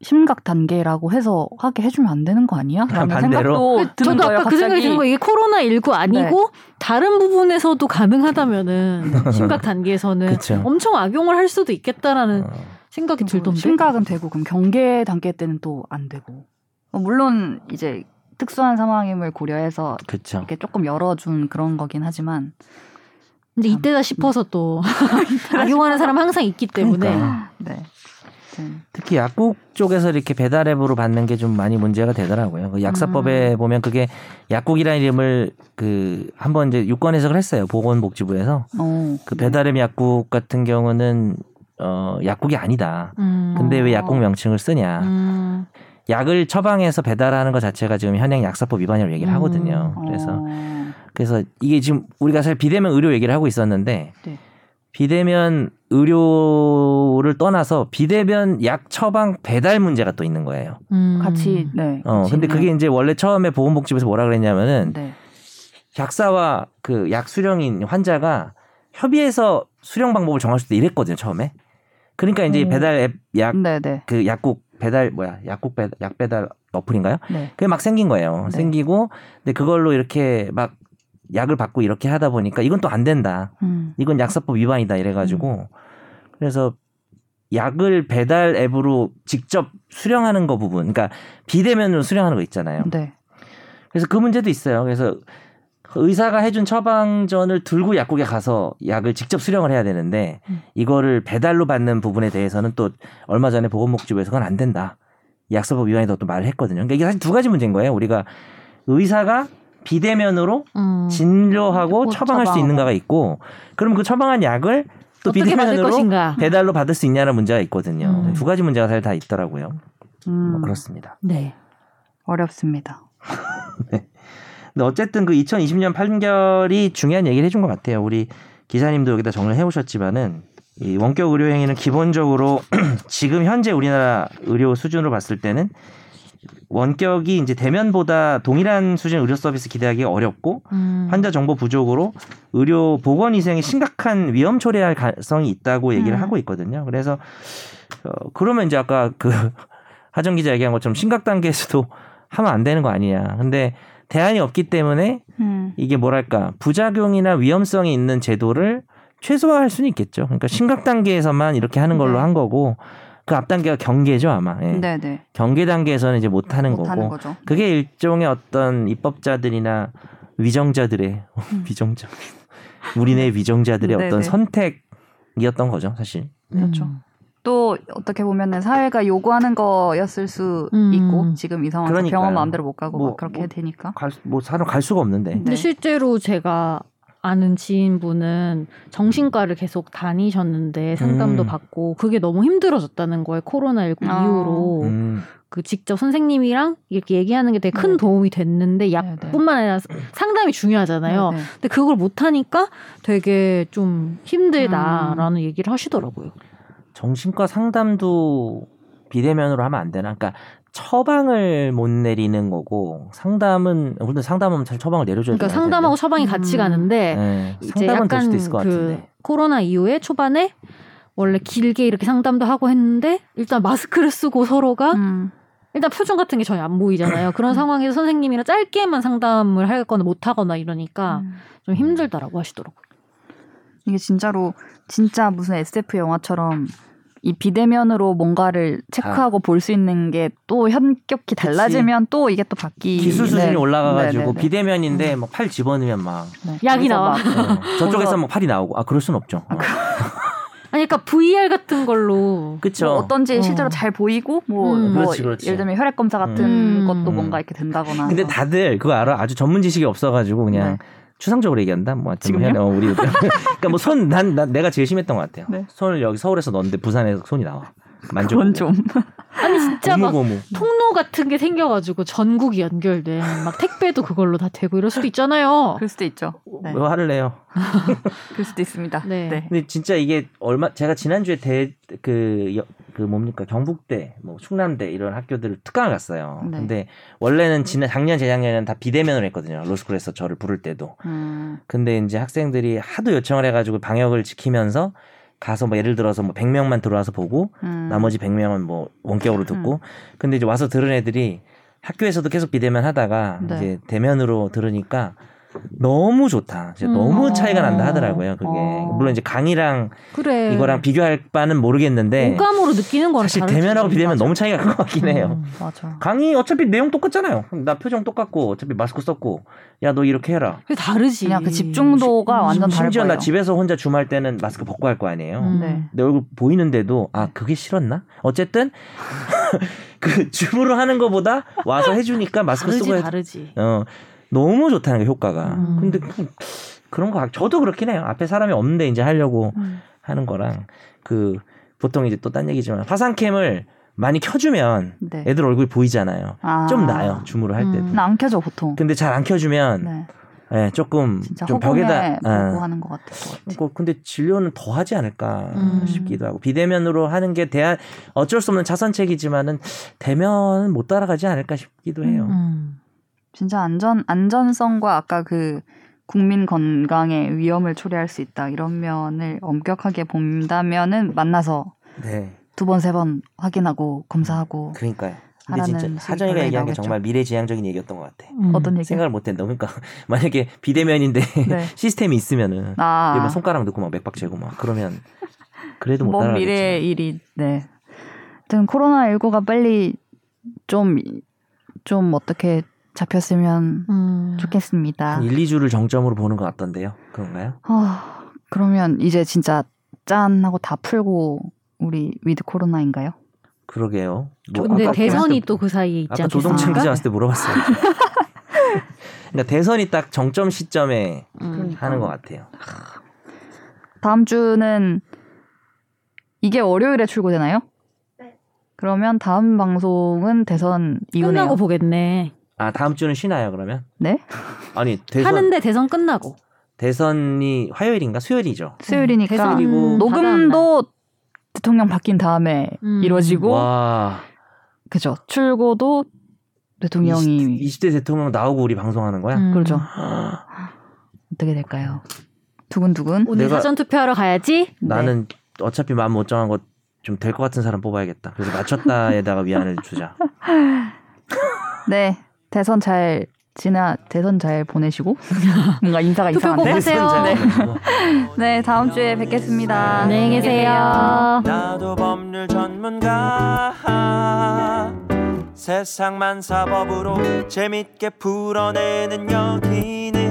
Speaker 1: 심각 단계라고 해서 하게 해주면 안 되는 거 아니야?
Speaker 3: 아,
Speaker 1: 라는
Speaker 3: 반대로?
Speaker 1: 생각도 어, 드는
Speaker 2: 저도
Speaker 1: 거예요. 네.
Speaker 2: 아까 그 생각이 드는 거 이게 코로나 19 아니고 다른 부분에서도 가능하다면은 심각 단계에서는
Speaker 3: 그렇죠.
Speaker 2: 엄청 악용을 할 수도 있겠다라는
Speaker 3: 어.
Speaker 2: 생각이 들던데.
Speaker 1: 음, 심각은 되고 그럼 경계 단계 때는 또 안 되고 어, 물론 이제 특수한 상황임을 고려해서
Speaker 3: 그렇죠.
Speaker 2: 네.
Speaker 1: 이렇게 조금 열어준 그런 거긴 하지만
Speaker 2: 근데 이때다 싶어서 또
Speaker 1: 음.
Speaker 2: 악용하는 사람 항상 있기 때문에
Speaker 3: 그러니까.
Speaker 1: 네. 아무튼
Speaker 3: 특히 약국 쪽에서 이렇게 배달 앱으로 받는 게 좀 많이 문제가 되더라고요. 그
Speaker 2: 음.
Speaker 3: 약사법에 보면 그게 약국이라는 이름을 그 한번 이제 유권 해석을 했어요. 보건복지부에서
Speaker 1: 어,
Speaker 3: 그
Speaker 2: 네.
Speaker 3: 배달앱 약국 같은 경우는 어 약국이 아니다.
Speaker 2: 음.
Speaker 3: 근데 왜 약국 명칭을 쓰냐?
Speaker 2: 음.
Speaker 3: 약을 처방해서 배달하는 것 자체가 지금 현행 약사법 위반이라고 얘기를
Speaker 2: 음,
Speaker 3: 하거든요.
Speaker 1: 어.
Speaker 3: 그래서 그래서 이게 지금 우리가 사실 비대면 의료 얘기를 하고 있었는데
Speaker 2: 네.
Speaker 3: 비대면 의료를 떠나서 비대면 약 처방 배달 문제가 또 있는 거예요.
Speaker 2: 음.
Speaker 1: 같이 네.
Speaker 3: 어,
Speaker 1: 같이
Speaker 3: 근데 그게 이제 원래 처음에 보건복지부에서 뭐라 그랬냐면은
Speaker 1: 네.
Speaker 3: 약사와 그 약 수령인 환자가 협의해서 수령 방법을 정할 수도 이랬거든요 처음에. 그러니까 이제
Speaker 2: 음.
Speaker 3: 배달 앱 약 그
Speaker 1: 네, 네.
Speaker 3: 약국 배달 뭐야 약국 배달 약 배달 어플인가요?
Speaker 1: 네.
Speaker 3: 그게 막 생긴 거예요.
Speaker 1: 네.
Speaker 3: 생기고 근데 그걸로 이렇게 막 약을 받고 이렇게 하다 보니까 이건 또 안 된다.
Speaker 1: 음.
Speaker 3: 이건 약사법 위반이다 이래가지고 그래서 약을 배달 앱으로 직접 수령하는 거 부분, 그러니까 비대면으로 수령하는 거 있잖아요.
Speaker 1: 네.
Speaker 3: 그래서 그 문제도 있어요. 그래서 의사가 해준 처방전을 들고 약국에 가서 약을 직접 수령을 해야 되는데
Speaker 2: 음.
Speaker 3: 이거를 배달로 받는 부분에 대해서는 또 얼마 전에 보건복지부에서 그건 안 된다. 약사법 위반이다 또 말을 했거든요. 그러니까 이게 사실 두 가지 문제인 거예요. 우리가 의사가 비대면으로
Speaker 2: 음.
Speaker 3: 진료하고
Speaker 1: 음.
Speaker 3: 처방할 수
Speaker 1: 처방하고.
Speaker 3: 있는가가 있고 그럼 그 처방한 약을 또
Speaker 2: 어떻게 받을
Speaker 3: 비대면으로
Speaker 2: 것인가?
Speaker 3: 배달로 받을 수 있냐는 문제가 있거든요.
Speaker 2: 음.
Speaker 3: 두 가지 문제가 사실 다 있더라고요. 뭐
Speaker 1: 음.
Speaker 3: 그렇습니다.
Speaker 2: 네.
Speaker 1: 어렵습니다.
Speaker 3: 근데 어쨌든 그 2020년 판결이 중요한 얘기를 해준 것 같아요. 우리 기자님도 여기다 정리를 해오셨지만은 이 원격 의료 행위는 기본적으로 지금 현재 우리나라 의료 수준으로 봤을 때는 원격이 이제 대면보다 동일한 수준 의료 서비스 기대하기 가 어렵고
Speaker 2: 음.
Speaker 3: 환자 정보 부족으로 의료 보건 위생에 심각한 위험 초래할 가능성이 있다고 얘기를
Speaker 2: 음.
Speaker 3: 하고 있거든요. 그래서 어, 그러면 이제 아까 그 하정 기자 얘기한 것처럼 심각 단계에서도 하면 안 되는 거 아니냐. 근데 대안이 없기 때문에
Speaker 1: 음.
Speaker 3: 이게 뭐랄까 부작용이나 위험성이 있는 제도를 최소화할 수는 있겠죠. 그러니까 심각 단계에서만 이렇게 하는 걸로
Speaker 1: 네.
Speaker 3: 한 거고 그 앞 단계가 경계죠 아마. 예.
Speaker 1: 네, 네.
Speaker 3: 경계 단계에서는 이제 못 하는
Speaker 1: 못 하는
Speaker 3: 거고
Speaker 1: 거죠.
Speaker 3: 그게 일종의 어떤 입법자들이나 위정자들의
Speaker 1: 음.
Speaker 3: 위정자 우리네 위정자들의
Speaker 1: 네네.
Speaker 3: 어떤 선택이었던 거죠 사실.
Speaker 1: 그렇죠.
Speaker 2: 음.
Speaker 1: 또 어떻게 보면은 사회가 요구하는 거였을 수
Speaker 2: 음.
Speaker 1: 있고 지금 이 상황에서
Speaker 3: 그러니까요.
Speaker 1: 병원 마음대로 못 가고
Speaker 3: 뭐,
Speaker 1: 막 그렇게
Speaker 3: 뭐.
Speaker 1: 되니까.
Speaker 3: 갈뭐 사람 갈 수가 없는데.
Speaker 2: 근데
Speaker 1: 네.
Speaker 2: 실제로 제가 아는 지인분은 정신과를 계속 다니셨는데 상담도
Speaker 3: 음.
Speaker 2: 받고 그게 너무 힘들어졌다는 거예요. 코로나19
Speaker 1: 아.
Speaker 2: 이후로
Speaker 3: 음.
Speaker 2: 그 직접 선생님이랑 이렇게 얘기하는 게 되게 큰
Speaker 1: 네.
Speaker 2: 도움이 됐는데
Speaker 1: 네, 네.
Speaker 2: 약뿐만 아니라 상담이 중요하잖아요.
Speaker 1: 네, 네.
Speaker 2: 근데 그걸 못 하니까 되게 좀
Speaker 1: 음.
Speaker 2: 힘들다라는 얘기를 하시더라고요.
Speaker 3: 정신과 상담도 비대면으로 하면 안 되나? 그러니까 처방을 못 내리는 거고 상담은 물론 상담하면 잘 처방을 내려줘야
Speaker 2: 그러니까
Speaker 3: 되는
Speaker 2: 상담하고 처방이 같이
Speaker 1: 음.
Speaker 2: 가는데
Speaker 3: 텐데. 예,
Speaker 2: 이제
Speaker 3: 상담은 될
Speaker 2: 약간
Speaker 3: 수도 있을 것
Speaker 2: 그
Speaker 3: 같은데.
Speaker 2: 코로나 이후에 초반에 원래 길게 이렇게 상담도 하고 했는데 일단 마스크를 쓰고 서로가
Speaker 1: 음.
Speaker 2: 일단 표정 같은 게 전혀 안 보이잖아요. 그런 상황에서 선생님이랑 짧게만 상담을 하거나 못 하거나 이러니까
Speaker 1: 음.
Speaker 2: 좀 힘들다라고 하시더라고요.
Speaker 1: 이게 진짜로 진짜 무슨 SF 영화처럼 이 비대면으로 뭔가를 체크하고
Speaker 3: 아.
Speaker 1: 볼 수 있는 게 또 현격히 달라지면 또 이게 또 바뀌
Speaker 3: 기술 수준이
Speaker 1: 네.
Speaker 3: 올라가가지고
Speaker 1: 네, 네, 네.
Speaker 3: 비대면인데 뭐 팔 집어넣으면 막
Speaker 1: 네.
Speaker 2: 약이
Speaker 1: 그래서
Speaker 2: 나와.
Speaker 1: 막
Speaker 3: 어, 저쪽에서 뭐 팔이 나오고 아 그럴 순 없죠. 어.
Speaker 2: 아니 그러니까 VR 같은 걸로
Speaker 3: 그쵸.
Speaker 1: 뭐 어떤지
Speaker 2: 어.
Speaker 1: 실제로 잘 보이고 뭐,
Speaker 2: 음.
Speaker 1: 뭐
Speaker 3: 그렇죠. 그렇지, 그렇지.
Speaker 1: 예를 들면 혈액 검사 같은
Speaker 2: 음.
Speaker 1: 것도
Speaker 3: 음.
Speaker 1: 뭔가 이렇게 된다거나 뭐
Speaker 3: 근데 다들 그거 알아. 아주 전문 지식이 없어가지고 그냥
Speaker 1: 아. 네.
Speaker 3: 추상적으로 얘기한다. 뭐 하여튼 뭐
Speaker 1: 지금요?
Speaker 3: 그냥, 어, 우리 그러니까 뭐 손 난 난 내가 제일 심했던 것 같아요.
Speaker 1: 네.
Speaker 3: 손을 여기 서울에서 넣었는데 부산에서 손이 나와. 만져.
Speaker 1: 그건 좀
Speaker 2: 아니 진짜 막
Speaker 3: 고무고무.
Speaker 2: 통로 같은 게 생겨가지고 전국이 연결된 막 택배도 그걸로 다 되고 이럴 수도 있잖아요.
Speaker 1: 그럴 수도 있죠. 네.
Speaker 3: 왜 화를 내요?
Speaker 1: 그럴 수도 있습니다.
Speaker 2: 네.
Speaker 1: 네.
Speaker 3: 근데 진짜 이게 얼마 제가 지난주에 대그그 뭡니까 경북대 뭐 충남대 이런 학교들을 특강을 갔어요.
Speaker 1: 네.
Speaker 3: 근데 원래는 지난 작년 재작년에는 다 비대면으로 했거든요. 로스쿨에서 저를 부를 때도.
Speaker 1: 음.
Speaker 3: 근데 이제 학생들이 하도 요청을 해가지고 방역을 지키면서 가서 뭐 예를 들어서 뭐 100명만 들어와서 보고
Speaker 1: 음.
Speaker 3: 나머지 100명은 뭐 원격으로 듣고 근데 이제 와서 들은 애들이 학교에서도 계속 비대면 하다가
Speaker 1: 네.
Speaker 3: 이제 대면으로 들으니까 너무 좋다. 진짜
Speaker 2: 음.
Speaker 3: 너무 차이가 난다
Speaker 2: 어.
Speaker 3: 하더라고요. 그게
Speaker 1: 어.
Speaker 3: 물론 이제 강의랑
Speaker 2: 그래.
Speaker 3: 이거랑 비교할 바는 모르겠는데
Speaker 2: 오감으로 느끼는 거랑
Speaker 3: 사실
Speaker 2: 다르지.
Speaker 3: 대면하고 비대면 너무 차이가 큰 것 같긴 해요.
Speaker 2: 음.
Speaker 1: 맞아.
Speaker 3: 강의 어차피 내용 똑같잖아요. 나 표정 똑같고 어차피 마스크 썼고 야 너 이렇게 해라.
Speaker 2: 그게 다르지.
Speaker 1: 그냥 그 집중도가 완전 다를
Speaker 3: 심지어
Speaker 1: 거예요.
Speaker 3: 나 집에서 혼자 줌할 때는 마스크 벗고 할 거 아니에요.
Speaker 2: 음.
Speaker 1: 네.
Speaker 3: 내 얼굴 보이는데도 아 그게 싫었나? 어쨌든 그 줌으로 하는 거보다 와서 해주니까 마스크
Speaker 2: 다르지
Speaker 3: 쓰고 해.
Speaker 2: 다르지.
Speaker 3: 어 너무 좋다는 게 효과가.
Speaker 2: 음.
Speaker 3: 근데 그- 그런 거 같- 저도 그렇긴 해요. 앞에 사람이 없는데 이제 하려고 하는 거랑 그 보통 이제 또 딴 얘기지만 화상캠을 많이 켜주면
Speaker 1: 네.
Speaker 3: 애들 얼굴 보이잖아요.
Speaker 1: 아.
Speaker 3: 좀 나요 주무를 할 때도.
Speaker 2: 음.
Speaker 1: 나 안 켜져 보통.
Speaker 3: 근데 잘 안 켜주면
Speaker 1: 네.
Speaker 3: 예, 조금
Speaker 1: 진짜
Speaker 3: 좀
Speaker 1: 허공에
Speaker 3: 벽에다.
Speaker 1: 보고
Speaker 3: 예.
Speaker 1: 하는 것 같을 것 같아.
Speaker 3: 뭐, 근데 진료는 더 하지 않을까
Speaker 2: 음.
Speaker 3: 싶기도 하고 비대면으로 하는 게 대한 어쩔 수 없는 자선책이지만은 대면은 못 따라가지 않을까 싶기도 해요.
Speaker 2: 음.
Speaker 1: 진짜 안전 안전성과 아까 그 국민 건강의 위험을 초래할 수 있다 이런 면을 엄격하게 본다면은 만나서
Speaker 2: 음.
Speaker 3: 네,
Speaker 1: 두 번 세 번 확인하고 검사하고
Speaker 3: 그러니까요. 근데
Speaker 1: 하라는
Speaker 3: 진짜
Speaker 1: 식으로
Speaker 3: 하정이가 얘기한 게
Speaker 1: 나오겠죠.
Speaker 3: 정말 미래지향적인 얘기였던 것 같아.
Speaker 2: 음.
Speaker 1: 어떤 얘기?
Speaker 3: 생각을 못했다. 그러니까 만약에 비대면인데
Speaker 1: 네.
Speaker 3: 시스템이 있으면은
Speaker 1: 아.
Speaker 3: 이게 막 손가락 넣고 막 맥박 재고 막 그러면 그래도 못
Speaker 1: 먼
Speaker 3: 따라가겠지.
Speaker 1: 미래의 일이 네. 아무튼 코로나 19가 빨리 좀 좀 어떻게 잡혔으면
Speaker 2: 음.
Speaker 1: 좋겠습니다.
Speaker 3: 한 1, 2주를 정점으로 보는 것 같던데요. 그런가요?
Speaker 1: 아, 그러면 이제 진짜 짠 하고 다 풀고 우리 위드 코로나인가요?
Speaker 3: 그러게요. 뭐
Speaker 2: 근데
Speaker 3: 아까
Speaker 2: 대선이
Speaker 3: 그-
Speaker 2: 또 그 사이에 있지
Speaker 3: 아까 조동찬
Speaker 2: 않겠습니까?
Speaker 3: 기자 왔을 때 물어봤어요. 그러니까 대선이 딱 정점 시점에
Speaker 2: 음.
Speaker 3: 하는 것 같아요.
Speaker 1: 다음 주는 이게 월요일에 출고되나요?
Speaker 2: 네.
Speaker 1: 그러면 다음 방송은 대선 이후네요.
Speaker 2: 끝나고 보겠네.
Speaker 3: 아 다음 주는 쉬나요 그러면?
Speaker 1: 네?
Speaker 3: 아니 대선
Speaker 2: 하는데 대선 끝나고.
Speaker 3: 대선이 화요일인가 수요일이죠.
Speaker 1: 수요일이니까
Speaker 2: 네, 대선
Speaker 3: 그리고
Speaker 1: 녹음도 대통령 바뀐 다음에
Speaker 2: 음.
Speaker 1: 이루어지고
Speaker 3: 와
Speaker 1: 그죠. 출고도 대통령이
Speaker 3: 20, 대 대통령 나오고 우리 방송하는 거야?
Speaker 2: 음.
Speaker 1: 그렇죠.
Speaker 3: 아,
Speaker 1: 어떻게 될까요? 두근두근.
Speaker 2: 오늘
Speaker 3: 내가- 음.
Speaker 2: 사전 투표하러 가야지.
Speaker 1: 네.
Speaker 3: 나는 어차피 마음 못 정한 것 좀 될 것 같은 사람 뽑아야겠다. 그래서 맞췄다에다가 위안을 주자.
Speaker 1: 네 대선 잘 지나 대선 잘 보내시고 뭔가 인사가
Speaker 2: 투표 꼭
Speaker 1: 이상한데.
Speaker 2: 하세요.
Speaker 3: 네.
Speaker 1: 네 다음 주에 뵙겠습니다.
Speaker 2: 네, 안녕히 계세요.
Speaker 4: 나도 법률 전문가 세상만 사법으로 재밌게 풀어내는 여기는